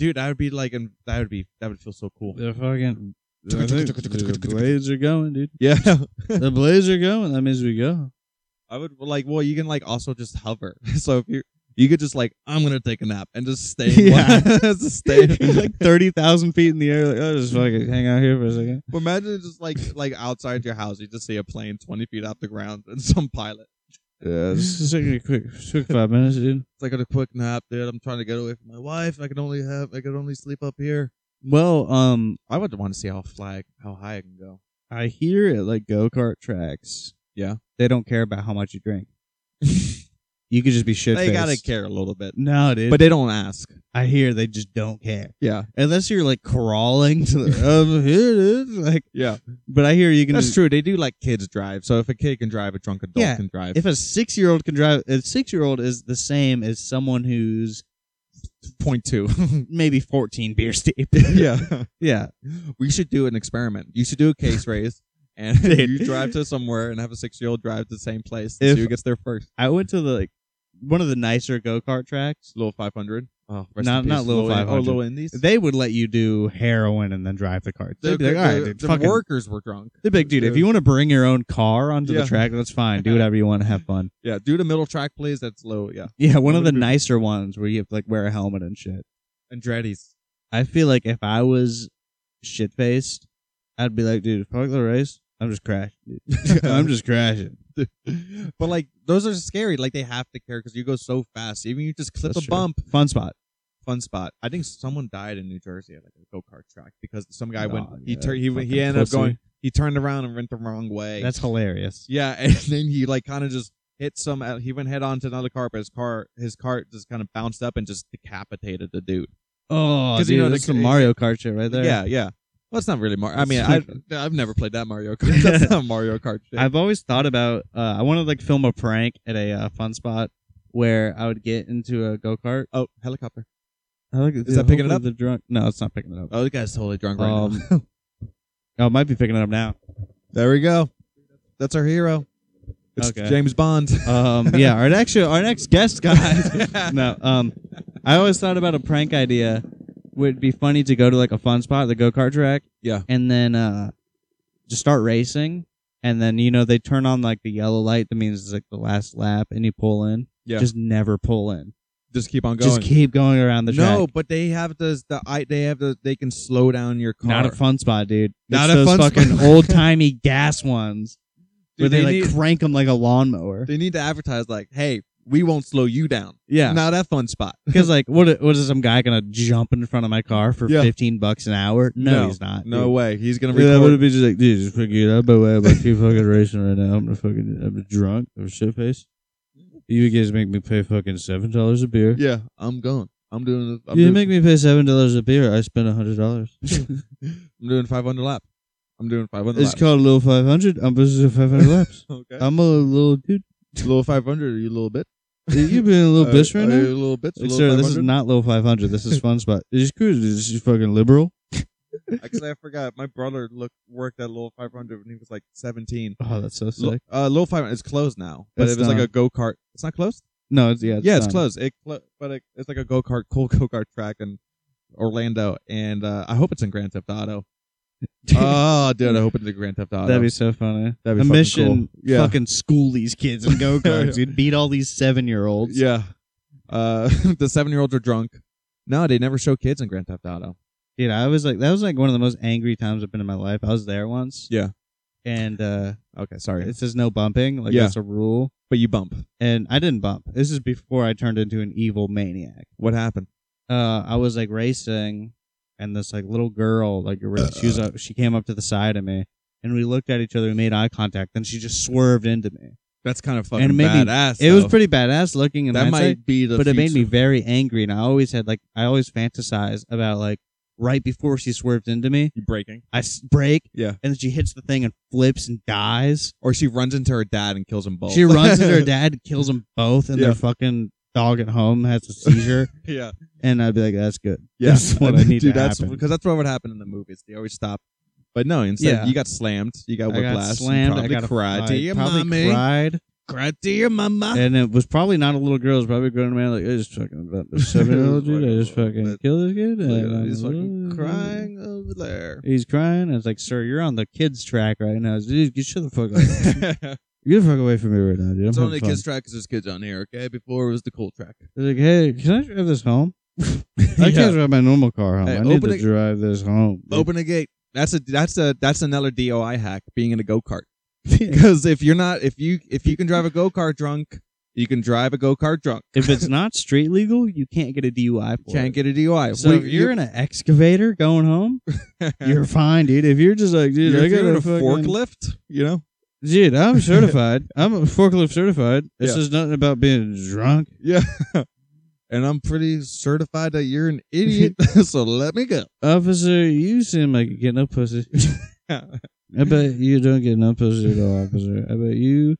Dude, I would be like, and that would be that would feel so cool.
The fucking I think the blades are going, dude.
Yeah, (laughs)
The blades are going. That means we go.
I would like. Well, you can like also just hover. (laughs) So if you you could just like, I'm gonna take a nap and just stay.
(laughs)
in
Yeah.
one- (laughs) just stay. in-
(laughs) like thirty thousand feet in the air. Like, oh, just fucking hang out here for a second.
But imagine it's just like like outside your house, you just see a plane twenty feet off the ground and some pilot. Yeah, it's
Just taking a quick, quick five minutes, dude.
like a quick nap, dude. I'm trying to get away from my wife. I can only have I can only sleep up here.
Well, um,
I would want to see how fly how high I can go.
I hear it like go kart tracks.
Yeah.
they don't care about how much you
(laughs)
drink. you could just be shit.
They gotta care a little bit,
No, dude.
but they don't ask.
I hear they just don't care
Yeah,
unless you're like crawling to the. (laughs) um, here it is. Like,
yeah,
but I hear you can.
that's
just,
true. They do like kids drive. So if a kid can drive, a drunk adult
Yeah,
can drive.
If a six year old can drive, a six year old is the same as someone who's
Point two.
(laughs) maybe fourteen beers deep.
yeah,
(laughs) yeah.
we should do an experiment. You should do a (laughs) case race. And
Dude.
(laughs) you drive to somewhere and have a six-year-old drive to the same place.
If-
and see who gets there first?
I went to the like one of the nicer go kart tracks.
Little 500. Oh, rest
Not-
in
not
peace,
Little
Lil-
500.
Oh, Little Indies.
They would let you do heroin and then drive the cart.
the,
They'd be like,
the-
all right,
the-
dude,
the
fucking
workers were drunk.
The big dude, if you want to bring your own car onto
Yeah.
the track, that's fine. Do whatever you want. Have
(laughs)
fun.
Yeah, do the middle track, please. That's low. Yeah,
Yeah, one of the
Would've been-
nicer ones where you have to like wear a helmet and shit.
(laughs) Andretti's.
I feel like if I was shit faced, I'd be like, dude, fuck the race. I'm just crashing.
(laughs)
dude. (laughs) I'm (laughs) just crashing.
but like those are scary. Like they have to care because you go so fast. Even you just clip
That's
a
true.
bump.
Fun spot.
Fun spot. I think someone died in New Jersey at like a go kart track because some guy went.
Nah,
He
yeah,
tur- he went- he
fucking
ended
pussy.
up going. He turned around and went the wrong way.
That's hilarious.
yeah, (laughs) and then he like kind of just hit some. Uh, he went head on to another car, but his car his cart just kind of bounced up and just decapitated the dude.
Oh,
'Cause
dude,
you know
that's
the-
some Mario Kart shit right there.
Yeah, yeah. Well, it's not really Mario. I mean, I,
That's-
I've never played
(laughs)
that Mario Kart. That's not Mario Kart shit.
I've always thought about. Uh, I want to like film a prank at a uh, fun spot where I would get into a go kart.
oh, helicopter.
I like,
dude, that picking it hopefully up?
The drunk? No, it's not picking it up.
Oh, the guy's totally drunk right now. (laughs)
Um, oh, it might be picking it up now.
There we go. That's our hero. It's
Okay. (laughs)
James Bond. (laughs)
Um, yeah, our next show, our next guest, guys. no, um, I always thought about a prank idea. Would be funny to go to like a fun spot, the go kart track.
Yeah.
and then uh, just start racing, and then you know they turn on like the yellow light. That means it's like the last lap, and you pull in.
Yeah.
just never pull in.
just keep on going.
Just keep going around the track.
no, but they have the the I they have the they can slow down your car.
Not a fun spot, dude.
Not
it's
a
those
fun
fucking
(laughs) spot.
old timey gas ones
Dude,
where they, like
need,
crank them like a lawnmower.
they need to advertise like, hey, we won't slow you down.
Yeah,
Not a fun spot.
because like, what what is some guy gonna jump in front of my car for
Yeah.
fifteen bucks an hour? No,
No.
he's not.
No
dude.
way. He's gonna
Yeah, that would
record.
have been just like, dude, just fucking get out of my way. I'm like, keep fucking racing right now. I'm gonna fucking, I'm drunk. I'm shit faced. You guys make me pay fucking seven dollars a beer.
Yeah, I'm going. I'm doing. I'm
you
doing,
make me pay seven dollars a beer. I spend a hundred dollars.
(laughs) I'm doing 500 lap. I'm doing 500
It's
laps.
called a little five hundred. I'm supposed to do five hundred laps.
(laughs) okay.
I'm a little dude.
little 500. Are you a little bit?
(laughs) You being a
(laughs)
little bitch right
are
now?
you A little bit.
Hey, sir, this is not low 500. This is fun spot. Is this cruise? Is this fucking liberal?
Actually, I forgot. My brother looked worked at Little 500 when he was like 17.
Oh, that's so
Lo-
sick.
uh, Little 500 is closed now, but
It's
it was like
not.
a go kart. It's not closed.
No, it's, yeah, it's
yeah, it's
done.
closed. It clo- but it, it's like a go kart, cool (laughs) go kart track in Orlando, and uh, I hope it's in Grand Theft
(laughs)
Auto. oh, dude, I hope it's in Grand Theft Auto.
That'd be so funny.
That'd be
a
fucking
mission.
cool. Yeah.
Fucking school these kids in
(laughs)
go karts, dude. Beat all these seven year olds.
yeah. Uh, (laughs) the seven year olds are drunk. No, they never show kids in Grand Theft Auto.
Dude, I was like, that was like one of the most angry times I've been in my life. I was there once.
Yeah.
And uh,
Okay, sorry,
it says no bumping. Like,
Yeah.
that's a rule.
but you bump.
And I didn't bump. This is before I turned into an evil maniac.
What happened?
uh, I was like racing, and this like little girl, like ra- she was, uh, she came up to the side of me, and we looked at each other, we made eye contact, then she just swerved into me.
That's kind of
And it made me-
badass.
It was
though.
pretty badass looking in
That
hindsight,
might be the.
but it made
future.
me very angry, and I always had like I always fantasize about like right before she swerved into me,
You breaking.
I s- brake,
Yeah.
and then she hits the thing and flips and dies.
Or she runs into her dad and kills them both.
She runs
(laughs)
into her dad, kills them both, and
Yeah.
their fucking dog at home has a
(laughs)
seizure,
yeah.
and I'd be like, that's good.
Yes.
That's what I need
Dude,
to
that's
happen.
because that's what would happen in the movies. They always stop. But no, instead
Yeah.
you got slammed. You got
I got
whiplash.
slammed.
You probably
I got
cried to your
probably
mommy.
cried.
Cried to your mama.
and it was probably not a little girl. It was probably a grown man. Like, I just fucking about (laughs) the seven year old dude. I just fucking killed this kid.
Look at
and
him,
I'm
he's fucking
like,
crying over there.
He's crying. I was like, sir, you're on the kids' track right now. Dude, get shut the fuck
(laughs)
up. (laughs) Get the fuck away from me right now, dude. I'm
it's
having
only
fun.
kids track because there's kids on here. Okay, before it was the cool track.
I was like, hey, can I drive this home? (laughs) I
Yeah.
can't drive my normal car home.
Hey,
I need
open
to
it-
drive this home. dude.
Open a gate. That's a that's a that's another DOI hack. Being in a
(laughs)
go kart. Because if you're not if you if you can drive a go kart drunk, you can drive a go kart drunk.
if it's not street legal, you can't get a DUI for
Can't
it.
get a DUI.
so
We-
if you're in an excavator going home,
(laughs)
you're fine, dude. If you're just like, dude,
You're-
I
if you're
got
in
a
a
fucking-
forklift, you know?
Dude,
(laughs)
I'm certified. I'm a forklift certified. This
Yeah.
is nothing about being drunk.
Yeah. and I'm pretty certified that
(laughs)
you're an idiot, (laughs) so let me go. (laughs)
Officer, you seem like you get no pussy. I bet you don't get no pussy at all, officer. I bet you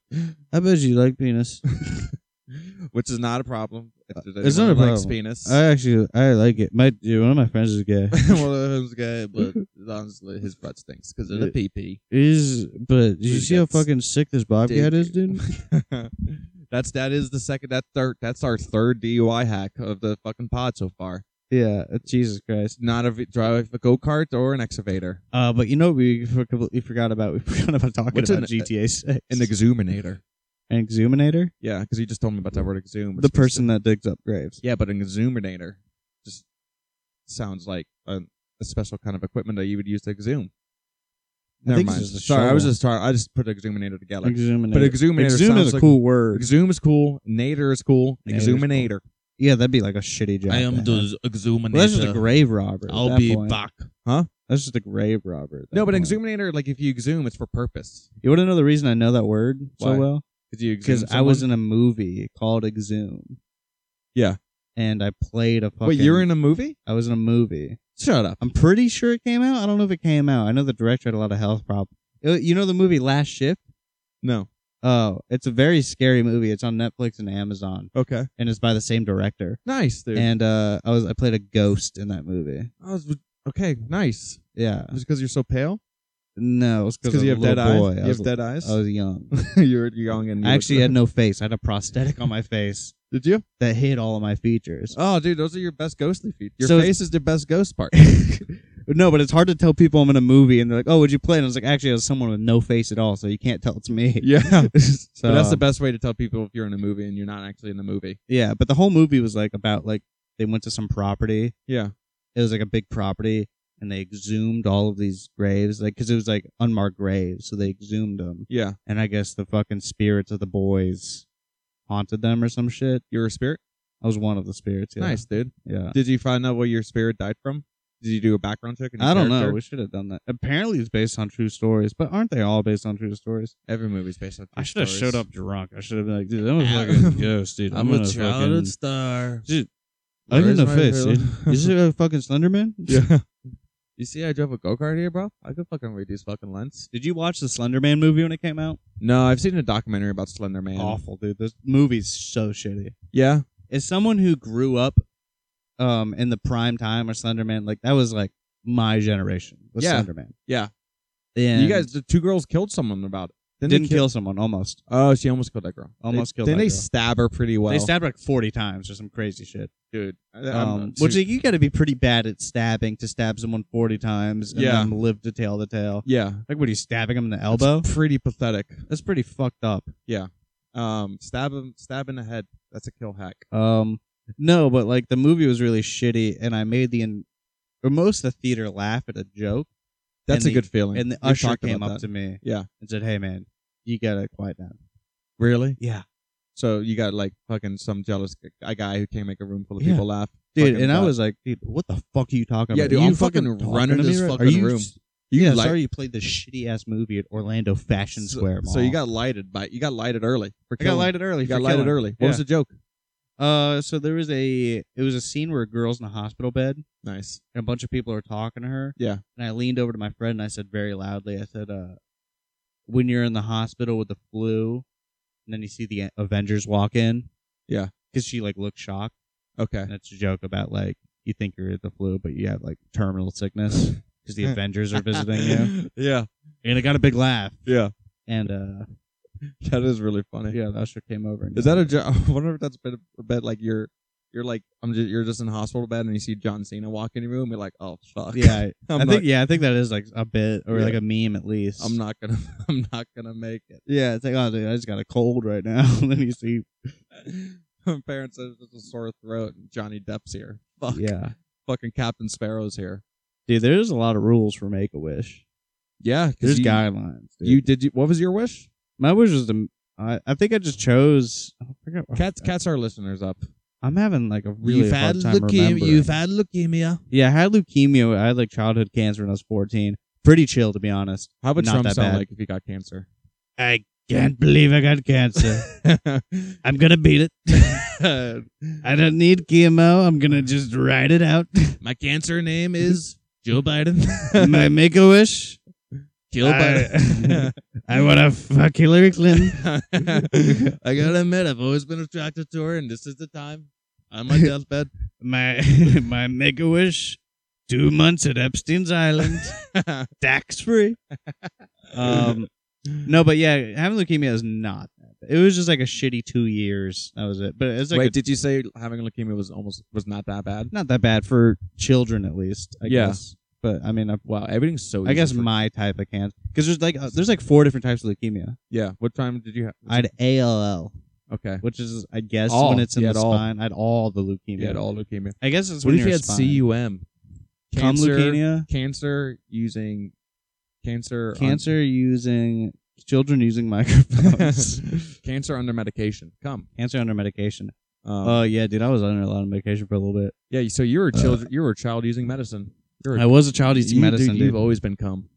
I bet you like penis.
Which is not a problem. If there's
Uh, It's
anyone
not a
who likes
problem.
Penis. (laughs)
I actually I like it. My dude, one of my friends is gay.
One of them's gay,
(laughs)
but honestly, his butt stinks because of the pee pee.
Is but did you
Dude,
see how
that's-
fucking sick this bobcat is, dude?
(laughs) That's that is the second that third that's our third DUI hack of the fucking pod so far.
(laughs) Yeah, Jesus Christ.
Not a v- drive a go kart or an excavator,
Uh, but you know what we for- completely forgot about? We (laughs) forgot about talking
What's
about
an- uh,
GTA 6.
an exhuminator.
An exhuminator?
Yeah, because you just told me about that word exhume. which
The
means
person that digs up graves.
Yeah, but an exhuminator just sounds like a, a special kind of equipment that you would use to exhume.
I
Never
think it's
mind.
just a
Sorry, I was
shovel.
just sorry. I just put exhuminator together.
Exhuminator.
But exhuminator
Exhum
sounds
is a
like-
cool word.
Exhume is cool. Nader is cool.
Nader's
exhuminator.
Yeah, that'd be like a shitty job. to have.
exhuminator.
Well, that's just a grave robber. at that point.
Huh?
That's just a grave robber. at
No,
that
but
point.
exhuminator, like if you exhume, it's for purpose.
You want to know the reason I know that word
Why?
so well?
Because you exhume
Because I was
someone.
in a movie called Exhume.
Yeah.
And I played a fucking.
Wait, you're in a movie?
I
Um,
was in a movie.
Shut up.
I'm pretty sure it came out. I don't know if it came out. I know the director had a lot of health problems. It- You know the movie Last Shift?
No.
Oh, it's a very scary movie. It's on Netflix and Amazon,
Okay.
and it's by the same director.
Nice, dude.
And uh, I was I played a ghost in that movie.
I was, okay, nice.
Yeah.
Just because you're so pale?
No, it's because
Because you have dead eyes.
boy.
You
I was
have dead eyes.
I was young.
(laughs) you're young and you
I
look
actually
good.
had no face. I had a prosthetic on my face
Did you?
that hid all of my features.
Oh, dude, those are your Oh, best ghostly feet. Your
So-
face is the best ghost part.
it (laughs) No, but it's hard to tell people I'm in a movie and they're like, "Oh, would you play?" And I was like, "Actually, I was someone with no face at all, so you can't tell it's me."
(laughs) (laughs) Yeah.
(laughs)
um,
so
But that's the best way to tell people if you're in a movie and you're not actually in the movie.
Yeah, but the whole movie was like about like they went to some property.
Yeah.
It was like a big property, and they exhumed all of these graves, like because it was like unmarked graves, so they exhumed them,
Yeah.
and I guess the fucking spirits of the boys haunted them or some shit.
You're a spirit?
I was one of the spirits. Yeah.
Nice, dude.
Yeah.
Did you find out where your spirit died from? Did you do a background check? on your
I don't know.
character?
We should have done that. Apparently, it's based on true stories, but aren't they all based on true stories?
Every movie's based on. true
I should have
stories.
showed up drunk. I should have been like, (laughs) dude, I'm a
Ow.
fucking ghost, dude.
I'm, a
gonna
childhood
fucking-
star.
Dude, I get
Where's
no
my
face, dude. (laughs)
pillow?
Is it a fucking (laughs) Slenderman?
yeah. (laughs) You see, I drove a go kart here, bro. I could fucking read these fucking lines.
Did you watch the Slender Man movie when it came out?
No, I've seen a documentary about Slender Man.
Awful, dude. This movie's so shitty.
Yeah.
As someone who grew up um in the prime time or Slender Man, like that was like my generation was
Yeah.
Slender Man.
Yeah.
And
you guys, the two girls killed someone about it. Didn't, they
didn't kill someone almost.
Oh, she almost killed that girl.
Almost
they,
killed
Then
that
they
girl.
stab her pretty well.
They stabbed like forty times or some crazy shit.
dude. I- I'm-
Um, which
dude.
like, you got to be pretty bad at stabbing to stab someone forty times and
Yeah.
then live to tell the tale.
yeah,
Like, what are you stabbing him in the elbow?
pretty pathetic.
That's pretty fucked up.
Um, stab him, stab in the head. That's a kill hack.
Um, no, but like the movie was really shitty, and I made the in- or most of the theater laugh at a joke.
That's
And
a
the-
good feeling.
And the
We
usher
talked
came
about
up
that.
to me,
Yeah.
and said, "Hey, man, you gotta quiet down."
really.
Yeah,
So you got like fucking some jealous g- a guy who can't make a room full of
Yeah.
people laugh.
dude.
Fucking
and I
bad.
was like, "Dude, what the fuck are you talking
Yeah,
about?"
dude,
you
I'm fucking
talking
running
to me
this
right-
fucking
are you,
room.
You yeah,
like-
sorry you played this shitty ass movie at Orlando Fashion
So-
Square Mall.
So you got lighted by you got lighted early.
I
For
got
killing.
lighted early.
You
for
got lighted
killing.
early. What was
Yeah.
the joke?
Uh, so there was a it was a scene where a girl's in a hospital bed,
Nice.
and a bunch of people are talking to her.
Yeah.
And I leaned over to my friend and I said very loudly, I said, uh, when you're in the hospital with the flu and then you see the Avengers walk in.
Yeah.
Because she like looked shocked.
Okay.
And it's a joke about like, you think you're the flu, but you have like terminal
(laughs)
sickness because the Avengers are visiting you.
yeah.
And it got a big laugh.
Yeah.
And uh,
That is really funny.
yeah, the usher came over. And
Is that a jo- (laughs) I wonder if that's a bit, a bit like you're you're like I'm just you're just in a hospital bed and you see John Cena walk in your room. You're like, oh
(laughs)
fuck.
Yeah.
(laughs) I'm
I
not,
think, yeah, I think that is like a bit or
Yeah.
like a meme at least.
I'm not gonna (laughs) I'm not gonna make it. (laughs)
Yeah, it's like, oh, dude, I just got a cold right now. (laughs) and then you see,
My parents said it's a sore throat. And Johnny Depp's here. Fuck.
yeah.
Fucking Captain Sparrow's here.
Dude, there's a lot of rules for Make a Wish.
Yeah. 'cause
There's
you,
guidelines. Dude.
You did you? What was your wish?
my wish was to. I, I think I just chose. I forgot. what-
Cats cats our listeners up.
I'm having like a really
you've
hard
had
time
leukemia.
remembering.
You've had leukemia.
yeah, I had leukemia. I had like childhood cancer when I was 14. Pretty chill, to be honest.
How would
Not
Trump
that
sound
bad.
like if he got cancer?
I can't believe I got (laughs) cancer. I'm gonna beat it. (laughs) I don't need chemo. I'm gonna just ride it out.
(laughs)
(laughs)
My cancer name is Joe
(laughs)
Biden. (laughs)
my Make a Wish.
Joe
I, I want to fuck Hillary Clinton.
Biden.
(laughs)
I gotta admit, I've always been attracted to her, and this is the time. On
(laughs)
my deathbed.
My (laughs) my Make a Wish. Two months at Epstein's (laughs) Island. tax free. um, no, but yeah, having leukemia is not. That bad. It was just like a shitty two years. That was it. But it's like
Wait,
a-
did you say having leukemia was almost was not that bad?
not that bad for children, at least. I
Yeah.
guess. But I mean, uh, I,
Wow, everything's so.
I
easy
guess
for-
my type of cancer because there's like uh, there's like four different types of leukemia.
Yeah. What time did you have?
I had ALL,
okay.
which is I guess
All.
when it's in
You
the
had all.
spine. I had all the leukemia.
You had all leukemia.
I guess it's
What
when
if
you're
you had
spine.
CUM?
Cum
Cancer-
leukemia,
Cancer using cancer. on-
cancer using children
(laughs)
using microphones,
cancer under medication. Come.
cancer under medication.
Um,
Oh yeah, dude, I was under a lot of medication for a little bit.
yeah. So you were a
uh,
child. you were a child using medicine. You're a-
I was a child using
you-
medicine,
Dude,
dude.
You've always been cum.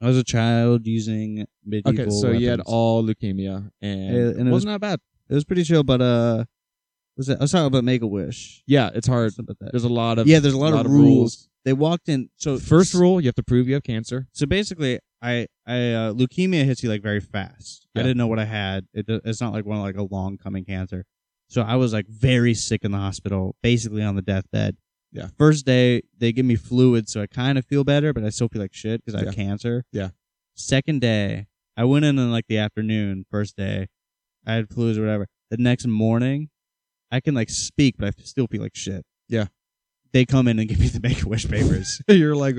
I was a child using medieval.
Okay. So you had
weapons.
all leukemia, and,
Uh, and it
it
was-
wasn't that bad.
It was pretty chill, but uh, was that? I was talking about Make a Wish.
Yeah, it's hard. There's a lot of
Yeah, there's a lot, of, rules. They walked in. So
First rule: you have to prove you have cancer.
So basically, I I uh, leukemia hits you like very fast. I
Yeah.
didn't know what I had. It, do- it's not like one like a long coming cancer. So I was like very sick in the hospital, basically on the deathbed.
Yeah.
First day they give me fluids, so I kind of feel better, but I still feel like shit because I
Yeah.
have cancer.
Yeah.
Second day, I went in in like the afternoon. First day, I had fluids or whatever. The next morning, I can like speak, but I f- still feel like shit.
Yeah.
they come in and give me the Make a Wish
(laughs)
papers.
(laughs) You're like,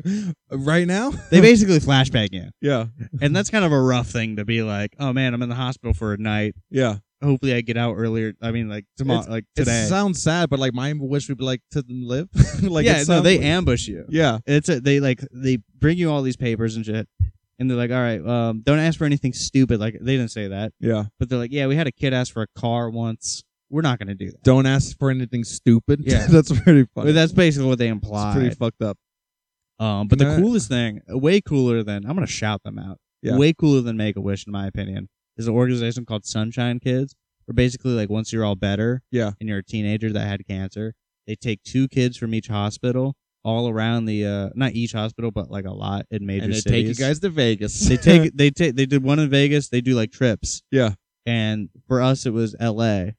right now?
they basically flashback you,
(laughs) Yeah,
and that's kind of a rough thing to be like, oh man, I'm in the hospital for a night.
yeah.
Hopefully, I get out earlier. I mean, like tomorrow, like today.
It sounds sad, but like my wish would be like to live. (laughs) like
yeah,
it
no,
sounds-
they ambush you.
yeah,
It's a, they like they bring you all these papers and shit, and they're like, all right, um, don't ask for anything stupid. Like they didn't say that,
yeah.
but they're like, yeah, we had a kid ask for a car once. We're not gonna do that.
Don't ask for anything stupid.
Yeah.
(laughs) that's pretty funny.
But that's basically what they
It's
imply.
pretty fucked up.
Um, but the
Nah.
coolest thing, way cooler than I'm gonna shout them out.
Yeah.
Way cooler than Make a Wish, in my opinion, is an organization called Sunshine Kids. Where basically, like, once you're all better,
Yeah.
and you're a teenager that had cancer, they take two kids from each hospital all around the, uh, not each hospital, but like a lot in major
and they
cities.
take you guys to Vegas.
They take they take they did one in Vegas. They do like trips.
Yeah.
And for us, it was L.A.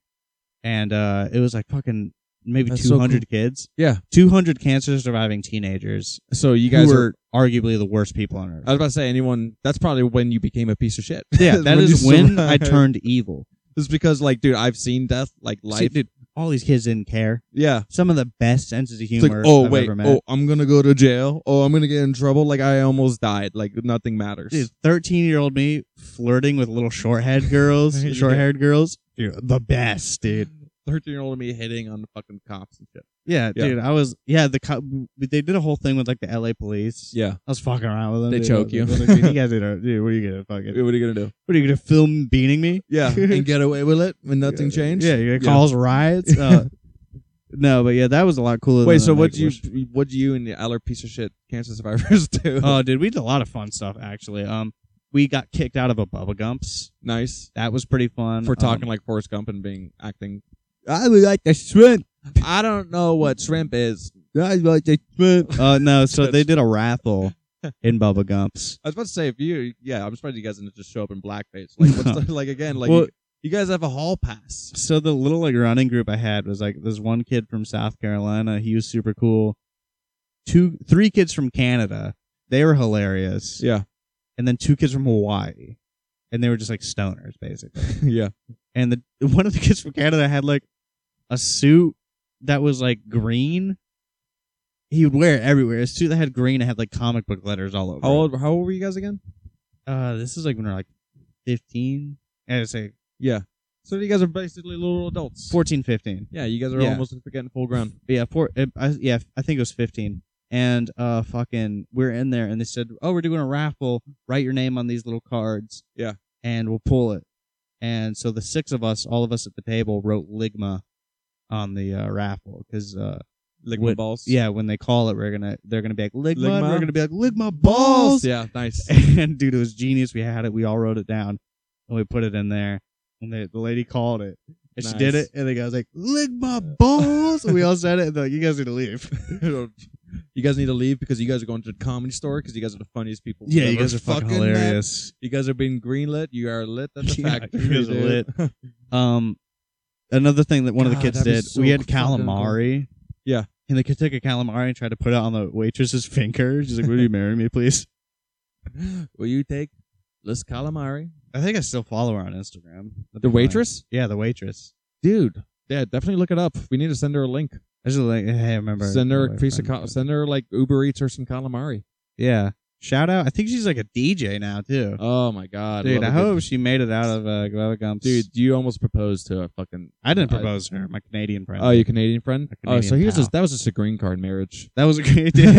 And uh, it was like fucking maybe
That's so
two hundred kids.
(laughs) Yeah.
two hundred cancer surviving teenagers.
So you
You
guys
guys
are. Uh,
were arguably the worst people on earth.
I was about to say anyone. That's probably when you became a piece of (laughs) shit.
(laughs) yeah, that
When
is
you (laughs)
when I
survived.
turned evil.
It's because like, dude, I've seen death, like
See,
life.
dude, all these kids didn't care.
yeah.
Some of the best senses of
It's like,
humor
oh
I've
wait,
ever met.
oh, I'm gonna go to jail. Oh, I'm gonna get in trouble. Like I almost died. Like nothing matters.
Dude, thirteen-year-old me flirting with little
(laughs)
short-haired girls,
Yeah.
short-haired girls, dude, the best, dude.
Thirteen year old me hitting on fucking cops and shit.
Yeah,
Yeah.
dude, I was yeah. The co- they did a whole thing with like the L.A. police.
Yeah.
I was fucking around with them.
They
dude.
choke
I
you.
was like,
(laughs)
dude, you guys are dude. What are you gonna
What
fucking?
are you gonna do?
What are you gonna film beating me?
(laughs) Yeah, and get away with it when nothing changed.
Yeah, you're gonna
Yeah.
cause
(laughs)
riots. Uh, no, but yeah, that was a lot cooler.
Wait,
than
so
the
what you
Make-A-Wish.
what you and the other piece of shit cancer survivors (laughs) do?
Oh, dude, we did a lot of fun stuff actually. Um, we got kicked out of a Bubba Gumps.
nice
That was pretty fun.
for talking
Um,
like Forrest Gump and being acting.
I would like the shrimp.
I don't know what shrimp is.
I would like the shrimp.
uh, no,
(laughs)
so they did a raffle in Bubba Gumps.
I was about to say if you, yeah, I'm surprised you guys didn't just show up in blackface. Like,
(laughs)
what's the, like again, like
Well-
you, you guys have a hall pass.
So the little like running group I had was like this one kid from South Carolina. He was super cool. Two, three kids from Canada. They were hilarious. (laughs)
Yeah,
And then two kids from Hawaii, and they were just like stoners basically.
yeah,
And the (laughs) one of the kids from Canada had like a suit that was like green. He would wear it everywhere. A suit that had green and had like comic book letters all over.
How
it.
old? How old were you guys again?
Uh, this is like when we are like fifteen. I would say
Yeah. So you guys are basically little adults.
14, 15.
Yeah, you guys are
Yeah.
almost getting full ground.
yeah, four. It, I, yeah, I think it was fifteen. And uh, fucking, we're in there, and they said, "Oh, we're doing a raffle. Write your name on these little cards.
Yeah.
and we'll pull it." And so the six of us, all of us at the table, wrote Ligma on the uh, raffle because, uh,
Like
What-
balls.
yeah, when they call it, we're gonna they're gonna be like Ligma, and
Ligma?
we're gonna be like Ligma balls.
Yeah. Nice.
(laughs) And dude, it was genius. We had it. We all wrote it down, and we put it in there. And the, the lady called it, and she did
Nice.
it. And the guy was like, "Ligma (laughs) balls." and we all said it. And they're like, "You guys need to leave." (laughs)
you guys need to leave because you guys are going to the comedy store because you guys are the funniest people.
Yeah,
we've
you
ever
guys are fucking
met.
hilarious.
You guys are being greenlit. You are lit at the
Yeah,
factory.
(laughs) you guys are
dude.
lit. Um, another thing that one of the
God,
kids
that'd be
did,
so
we had
fucking cool.
calamari.
Yeah.
and the kid took a calamari and tried to put it on the waitress's (laughs) finger. She's like, "Will you marry me, please?"
(laughs) Will you take this calamari?
I think I still follow her on Instagram. That'd
The
be fine.
waitress,
Yeah, the waitress.
dude. Yeah, definitely look it up. We need to send her a link.
I just like, hey, I remember.
Send her
my
a piece of
friend-
cal- send her like Uber Eats or some calamari.
Yeah. Shout out. I think she's like a DJ now too.
Oh my god,
Dude,
love
I
a good-
hope she made it out of uh, Guava Gumps.
(laughs) Dude, you almost proposed to a fucking.
I didn't
I-
propose to her. My Canadian friend.
Oh, your Canadian friend.
A
oh, so
Canadian
here's
pal.
just that was just a green card marriage.
that was a great
(laughs)
deal. (laughs)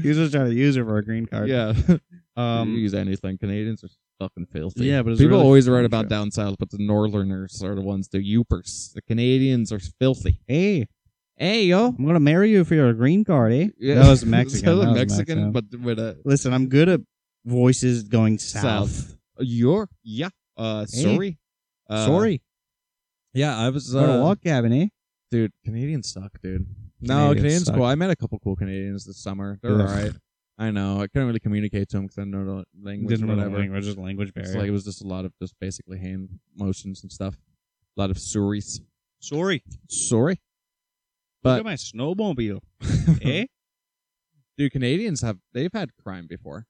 he was just trying to use her for a green card.
Yeah,
(laughs)
you
Um.
use anything. Canadians are fucking filthy.
Yeah, but it was
People
really
always write
fun
about
show.
down south, but the Northerners are the ones, the Upers. The Canadians are filthy.
Hey,
Hey, yo.
I'm gonna marry you for your green card, eh? That was
(laughs)
Mexican.
That was
That was
Mexican,
Mexican.
but with a
Listen, I'm good at voices going south.
south. You're, yeah. Uh,
Hey.
sorry. Uh,
Sorry,
Yeah, I was.
go to
Uh,
log cabin, eh?
Dude, Canadians suck, dude. No,
Canadians
Canadians
suck.
cool. I met a couple cool Canadians this summer. They're
Yeah.
all right. I know. I couldn't really communicate to them because I don't know the language or
know the
whatever.
language, just language barrier.
So, like it was just a lot of just basically hand motions and stuff. A lot of stories.
sorry,
Sorry.
look
But
at my
(laughs)
snowmobile, eh?
dude, Canadians have they've had crime before.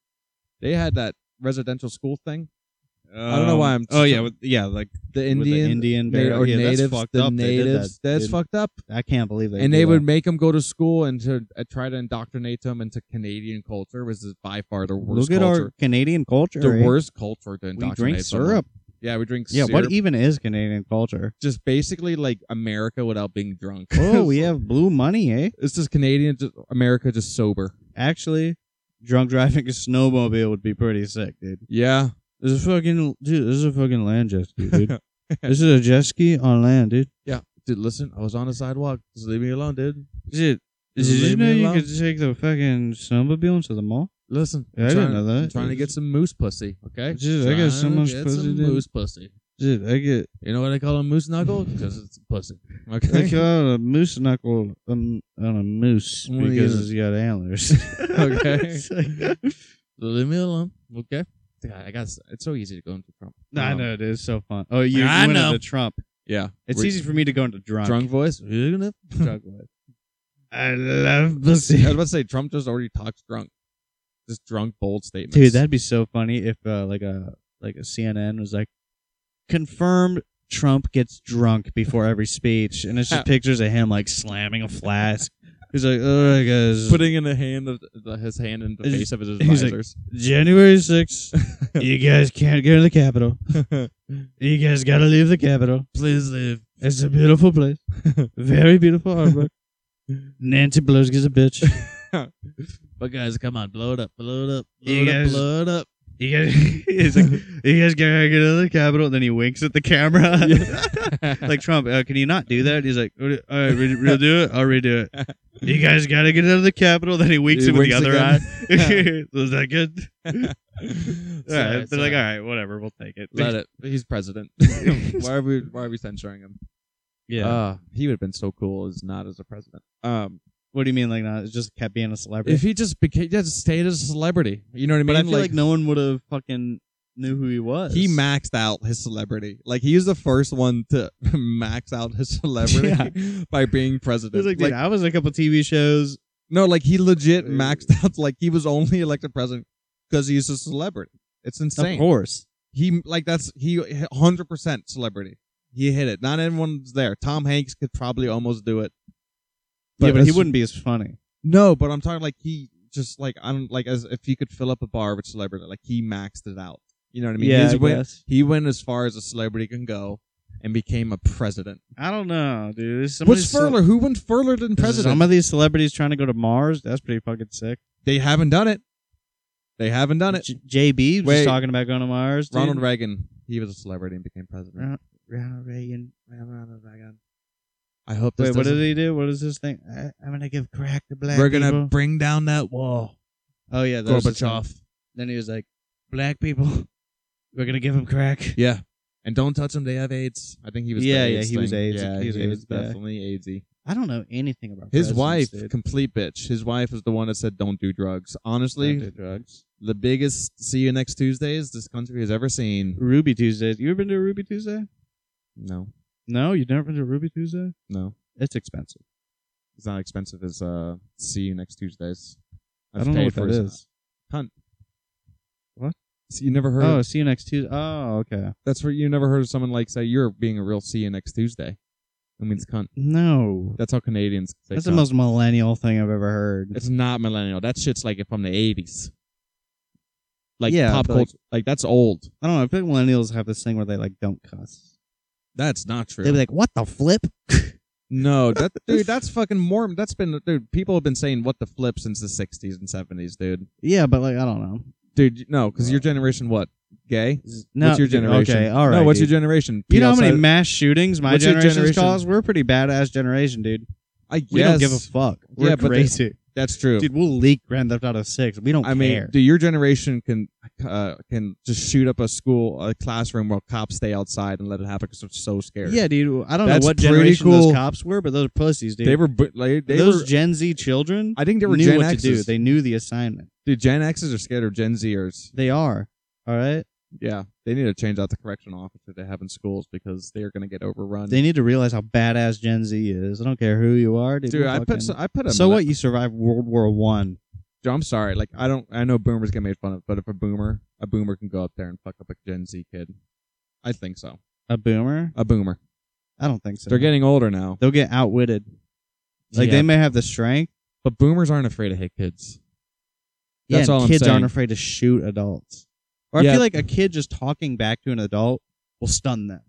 They had that residential school thing. I don't know why I'm-
Oh yeah, with, yeah, like
The
with the
Indian
Indian
na-
burial.
or
yeah,
natives,
that's fucked
the
up. They did
natives.
that,
That's
dude.
fucked up.
I can't believe they.
and
do
they
that.
would make them go to school and to uh, try to indoctrinate them into Canadian culture, which is by far the worst
look at
culture.
our Canadian culture.
the
eh?
worst culture to
We
indoctrinate.
drink
someone.
syrup.
Yeah, we drink
Yeah,
syrup.
e-
what even is Canadian
(laughs)
culture?
just basically like America without being drunk. (laughs)
Oh, we have blue money, eh?
It's just Canadian just America just sober.
Actually,
Drunk driving a snowmobile would be pretty sick, dude.
Yeah.
this is fucking dude. This is a fucking land jet ski, dude. this is a jet ski on land, dude.
Dude, listen, I was on the sidewalk. Just leave me alone, dude.
Dude, did
Leave
you
me
know you
alone.
could take the fucking snowmobile into the mall?
Listen,
Yeah, I
I'm
didn't
trying-
know that.
I'm trying to get some moose pussy. Okay,
Dude, I got so
Trying to
much
get
pussy,
some
dude.
moose pussy.
Dude, I get
You know what I call a moose knuckle? Because it's pussy.
I (laughs)
Okay.
call it a moose knuckle um, on a moose
Well,
because
yeah.
it's got antlers.
(laughs) (laughs) Okay.
(laughs) It's like-
(laughs) Leave me alone. Okay. I guess it's so easy to go into Trump.
I
Um,
know it is so fun. Oh, you, you
I
went
know.
into Trump.
Yeah.
It's
Were-
easy for me to go into drunk.
Drunk
(laughs)
voice. (laughs)
Drunk voice. I love pussy.
I was about to say Trump just already talks drunk. Just drunk bold
(laughs)
statements.
Dude, that'd be so funny if uh, like a like a CNN was like confirmed Trump gets drunk before every speech, and it's just pictures of him like slamming a flask. He's like, "Oh, "All right, guys,
putting in the hand of the, his hand in the
He's-
face of his
he's like-
advisors.
(laughs)
January 6th, you guys can't go to the Capitol. You guys gotta leave the Capitol.
Please leave.
It's a
(laughs)
beautiful place, very beautiful artwork. Nancy Pelosi is a bitch.
(laughs) But guys, come on, blow it up, blow it up, blow
You
it up,
guys-
blow it up.
(laughs) You guys, he's like, you guys gotta go to the Capitol. And then he winks at the camera. (laughs)
(laughs)
like Trump, uh, can you not do that? He's like, all right, re- redo it. I'll redo
(laughs)
it. You guys gotta get out of the Capitol. Then he winks
He
him with the
winks
other
again. (laughs)
(laughs)
eye. (laughs) Was that good? All
Sorry,
right. They're like,
sorry.
all right, whatever. We'll take it.
Let it. He's (laughs) president. why are we? Why are we censoring him?
yeah.
Uh, he would have been so cool as not as a president. Um,
what do you mean? Like, not? It just kept being a celebrity.
if he just became, just stayed as a celebrity. You know what I mean?
but I feel like, no one would have fucking knew who he was.
he maxed out his celebrity. Like he was the first one to (laughs) max out his celebrity (laughs) by
He
being
was
president.
like, dude, I was in a couple TV shows.
No, like he legit maxed out. Like he was only elected president because he's a celebrity. It's insane.
Of course.
He like that's he hundred percent celebrity. He hit it. Not everyone's there. Tom Hanks could probably almost do it.
yeah, but he
that's-
wouldn't be as funny.
No, but I'm talking like he just like I don't like as if he could fill up a bar with celebrity. Like he maxed it out. You know what I mean? His win- He went as far as a celebrity can go and became a president.
I don't know, dude. Some of
What's
these cele-
further? Who went further than president?
Some of these celebrities trying to go to Mars. That's pretty fucking sick.
they haven't done it. They haven't done it.
J- JB was
Wait.
just talking about going to Mars. Dude.
Ronald Reagan, he was a celebrity and became president.
Ronald Reagan.
I hope this
Wait, what
doesn't-
did he do? What is this thing? I, I'm gonna give crack to black
We're gonna
people.
bring down that wall.
Oh yeah, that was the song.
Gorbachev.
Then he was like, "Black people, (laughs) we're gonna give them crack."
Yeah. And don't touch them; they have AIDS. I think he was. the
Yeah, yeah,
AIDS
he was
thing.
AIDS.
Yeah,
He was AIDS, yeah.
definitely AIDSy.
I don't know anything about
His
presidents,
wife,
dude.
complete bitch. His wife was the one that said, "Don't do drugs." Honestly,
Don't do drugs.
the biggest "See you next Tuesdays" this country has ever seen.
Ruby Tuesdays. You ever been to a Ruby Tuesday?
No,
No, you've never been to a Ruby Tuesday.
no,
It's expensive.
it's not expensive as uh, "See you next Tuesdays."
I don't know
paid
what
for
that
it.
is.
So you never heard.
Oh, see you next Tuesday. Oh, okay.
That's where you never heard of someone like say you're being a real "See you next Tuesday." It means cunt.
No,
That's how Canadians say.
that's
cunt.
the most millennial thing I've ever heard.
It's not millennial. That shit's like from the eighties. Like
Yeah,
pop
but like-
culture, like that's old.
I don't know. I think millennials have this thing where they like don't cuss.
That's not true.
They'd be like, "What the flip?" (laughs)
No, that dude, that's fucking Mormon. That's been dude. People have been saying what the flip since the '60s and '70s, dude.
Yeah, but like I don't know.
Dude, you- no, because your generation what? Gay?
Z- No,
what's your generation?
Okay, all right.
No, what's
dude.
your generation?
You know how
Pete
many
outside-
mass shootings my
What's your
generation's
generation?
caused? We're a pretty badass generation, dude.
I
We
guess
don't give a fuck. We're
Yeah, but they-
crazy,
that's true.
dude. We'll leak Grand Theft Auto Six. We don't
I mean,
care.
dude, your generation can uh, can just shoot up a school, a classroom while cops stay outside and let it happen because they're so scared.
yeah, dude. I don't
That's
know what
pretty
generation
cool.
those cops were, but those are pussies, dude.
they were bu- like they
those
were.
Gen Z children.
I think they were
knew
Gen
what
X's.
to do. They knew the assignment.
dude, Gen X's are scared of Gen Zers.
They are. All right.
Yeah, they need to change out the correction officer they have in schools because they're gonna get overrun.
They need to realize how badass Gen Z is. I don't care who you are, dude.
Dude,
We're
I
fucking-
put some, I put a
so
mil-
what? You survived World War One.
Dude, I'm sorry. Like, I don't. I know boomers get made fun of, but if a boomer, a boomer can go up there and fuck up a Gen Z kid, I think so.
A boomer?
A boomer.
I don't think so.
They're getting older now,
They'll get outwitted. Like
Yeah.
they may have the strength.
but boomers aren't afraid to hit kids. That's
yeah,
all
and
I'm
kids
saying.
aren't afraid to shoot adults. Or I
Yeah.
feel like a kid just talking back to an adult will stun them.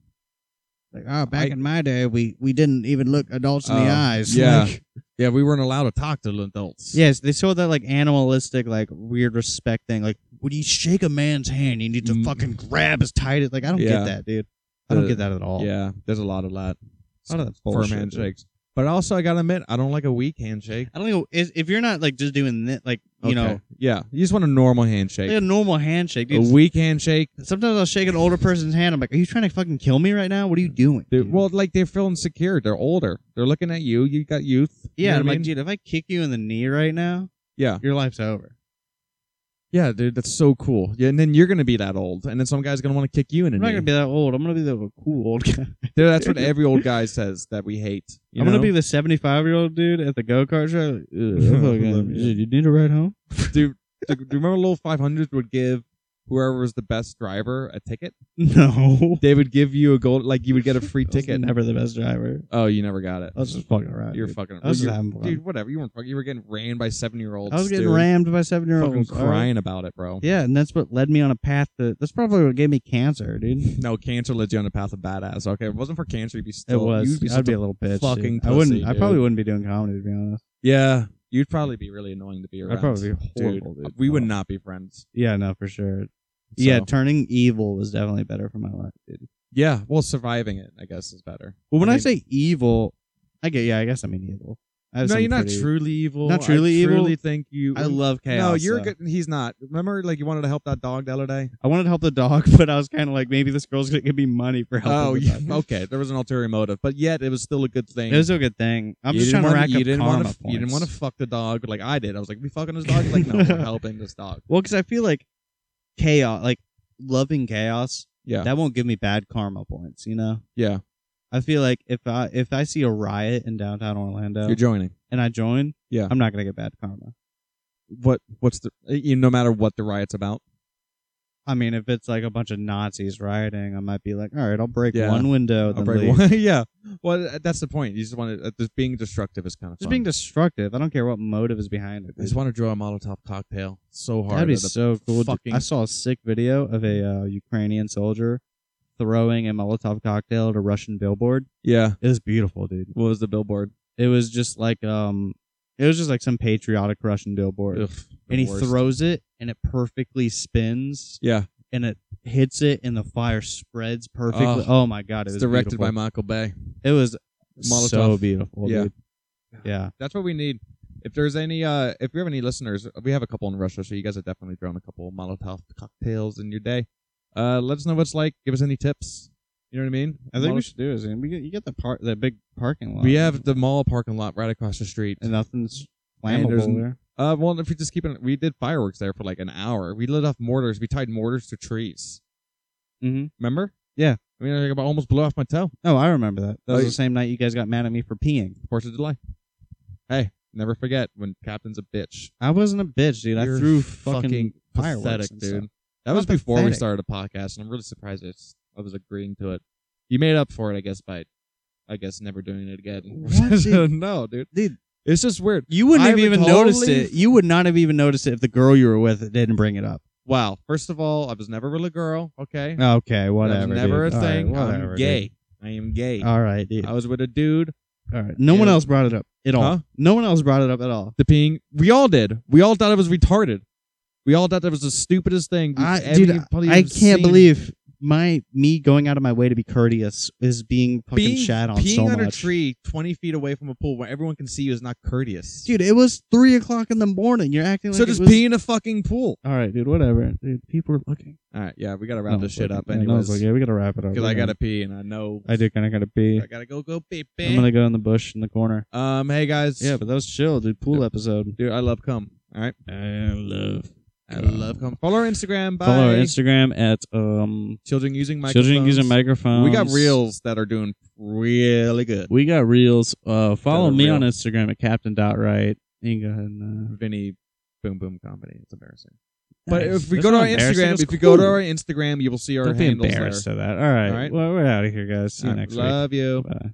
Like, oh, back
I-
in my day, we we didn't even look adults in the
Oh,
eyes.
yeah.
(laughs) Like-
Yeah, we weren't allowed to talk to adults.
yes, they saw that like animalistic, like weird respect thing. Like, when you shake a man's hand, you need to
Mm.
fucking grab as tight as like. I don't
Yeah.
get that, dude. I don't
The-
get that at all.
Yeah, there's a lot of that.
A lot of that
firm
bullshit, dude.
handshakes. But also, I gotta admit, I don't like a weak handshake.
I don't know if if you're not like just doing that, like you know,
Okay. yeah, you just want a normal handshake.
like a normal handshake.
a
Dude,
weak handshake,
Sometimes I'll shake an older person's hand. I'm like, "Are you trying to fucking kill me right now? What are you doing?"
dude,
dude?"
well, like they feel insecure. They're older. They're looking at you. You got youth. You
yeah, I'm
know what I
like,
mean?
dude, if I kick you in the knee right now,
yeah,
your life's over.
yeah, dude, that's so cool. Yeah, and then you're gonna be that old, and then some guy's gonna want to kick you in a
I'm not
knee.
gonna be that old. I'm gonna be the cool old guy.
Dude, that's (laughs) what every old guy says that we hate. you
I'm gonna
know?
be the 75 year old dude at the go kart
(laughs)
show. Ugh, fucking- you need a ride home? (laughs)
dude. Do, do you remember little 500s would give whoever was the best driver a ticket?
No,
They would give you a gold, like (laughs) you would get a
I
free
was
ticket.
never the best driver.
Oh, you never got it.
I was just fucking around.
You're
dude.
fucking.
I was
you-
just having fun.
dude, whatever. You weren't fucking. You were getting ran by seven year olds.
I was getting
dude.
rammed by seven year
Fucking
olds.
crying about it, bro.
Yeah, and that's what led me on a path to. That's probably what gave me cancer,
(laughs)
dude.
No, cancer led you on the path of badass. Okay, if it wasn't for cancer, you'd be
It
still.
was.
You'd be
I'd
such
be
a-
a little bitch. dude.
fucking
I wouldn't.
pussy,
I probably
dude.
wouldn't be doing comedy to be honest.
yeah, you'd probably be really annoying to be around.
I'd probably be horrible,
dude.
dude.
We would
No.
not be friends.
Yeah, no, for sure.
So-
Yeah, turning evil was definitely better for my life, dude.
Yeah. Well, surviving it, I guess, is better.
Well, when I,
mean,
say evil, I get yeah, I guess I mean evil. I have
no,
some
you're not
pretty-
truly evil.
Not truly
I
evil?
truly think you.
I love chaos.
No, you're
though.
good. He's not. Remember, like you wanted to help that dog the other day.
I wanted to help the dog, (laughs) but I was kind of like, maybe this girl's gonna give me money for helping.
(laughs) oh,
the
yeah.
dog.
okay. There was an ulterior motive, but yet it was still a good thing.
It was a good thing. I'm
You
just
didn't
trying to
wanna-
rack
you
up
didn't
karma
wanna,
points.
You didn't want to fuck the dog like I did. I was like, we fucking this dog? He's like,
(laughs)
no, we're helping this dog.
Well, because I feel like chaos, like loving chaos,
Yeah.
that won't give me bad karma points. You know,
yeah.
I feel like if I if I see a riot in downtown Orlando
You're joining.
and I join,
Yeah.
I'm not gonna get bad karma.
What what's the you no matter what the riot's about.
I mean, if it's like a bunch of Nazis rioting, I might be like, all right, I'll break
Yeah.
one window.
I'll
Then
break
leave.
one- (laughs) yeah. Well, uh, that's the point. You just want to uh, just being destructive is kind of
Just being destructive. I don't care what motive is behind it.
I just want to draw a Molotov cocktail so hard.
That'd be
at the-
so cool.
fucking-
I saw a sick video of a uh, Ukrainian soldier throwing a Molotov cocktail at a Russian billboard.
yeah.
It was beautiful, dude.
What was the billboard?
It was just like um, it was just like some patriotic Russian billboard,
Ugh,
and he
the worst.
throws it, and it perfectly spins,
Yeah,
and it hits it, and the fire spreads perfectly.
Oh.
Oh, my god, it
it's
was
directed by
beautiful.
Michael Bay.
It was
Molotov.
so beautiful,
Yeah.
dude. Yeah,
That's what we need. If there's any, uh, if you have any listeners, we have a couple in Russia, so you guys have definitely thrown a couple Molotov cocktails in your day. Uh, let us know what it's like. Give us any tips. You know what I mean?
I think
Molotov-
we should do is we get, you get the part the big parking lot.
we have the mall parking lot right across the street.
and nothing's
And there's
flammable
n-
there.
Uh, well, if we just keep it, we did fireworks there for like an hour. We lit off mortars. We tied mortars to trees.
Mhm.
Remember?
Yeah.
I mean, I almost blew off my toe.
Oh, I remember that. That was
Like-
the same night you guys got mad at me for peeing.
Fourth of July. Hey, never forget when Captain's a bitch.
I wasn't a bitch, dude.
You're
I threw
fucking
fucking, fireworks
pathetic,
and
dude.
stuff.
That
Not
was before we
pathetic.
started a podcast, and I'm really surprised I, s- I was agreeing to it. You made up for it, I guess, by, I guess, never doing it again. (laughs)
What,
So,
dude?
no, dude.
Dude.
It's just weird.
You wouldn't
I
have
would
even
totally-
noticed it. You would not have even noticed it if the girl you were with didn't bring it up.
Wow. First of all, I was never really a girl. Okay.
Okay,
That was
whatever.
never
dude.
a
All right,
thing.
whatever,
I'm
dude.
gay. I am gay.
All right, dude.
I was with a dude.
all right. No one
Yeah.
else brought it up at all.
Huh?
No one else brought it up at all.
The peeing. We all did. We all thought it was retarded. We all thought that was the stupidest thing. we've
I,
ever-
dude, I
probably
I
have
can't
seen.
believe my me going out of my way to be courteous is being fucking
being
shat on
peeing
so
on a
much.
tree 20 feet away from a pool where everyone can see you is not courteous.
Dude, it was three o'clock in the morning. You're acting like
so
it
just
was-
pee in a fucking pool.
All right, dude. Whatever, dude. People are looking.
All right, yeah, we gotta wrap
No,
this
it's
shit
okay.
up
Oh, Yeah, no,
anyways
it's okay. we gotta wrap it up.
because
We
I
gotta-
gotta pee and I know
I do kind of gotta pee.
I gotta go go pee. pee.
I'm gonna go in the bush in the corner.
Um, hey guys,
Yeah, but that was chill, dude. Pool episode.
dude, I love cum. All right,
I love.
I love cum. Follow our Instagram. Bye.
Follow our Instagram at um
Children using microphones.
children using microphones.
We got reels that are doing really good.
We got reels. Uh, follow
That are
me
real.
on Instagram at Captain Dot Right. You can go ahead and uh,
Vinny Boom Boom Comedy. It's embarrassing. But
Nice.
if we
That's
go to
not
our
embarrassing,
Instagram,
that's
if you go to
cool.
our Instagram, you will see our
Don't be
handles
embarrassed
there.
of that. All right.
All right.
Well, we're out of here, guys. See you
I
next
Love you.
week. Bye.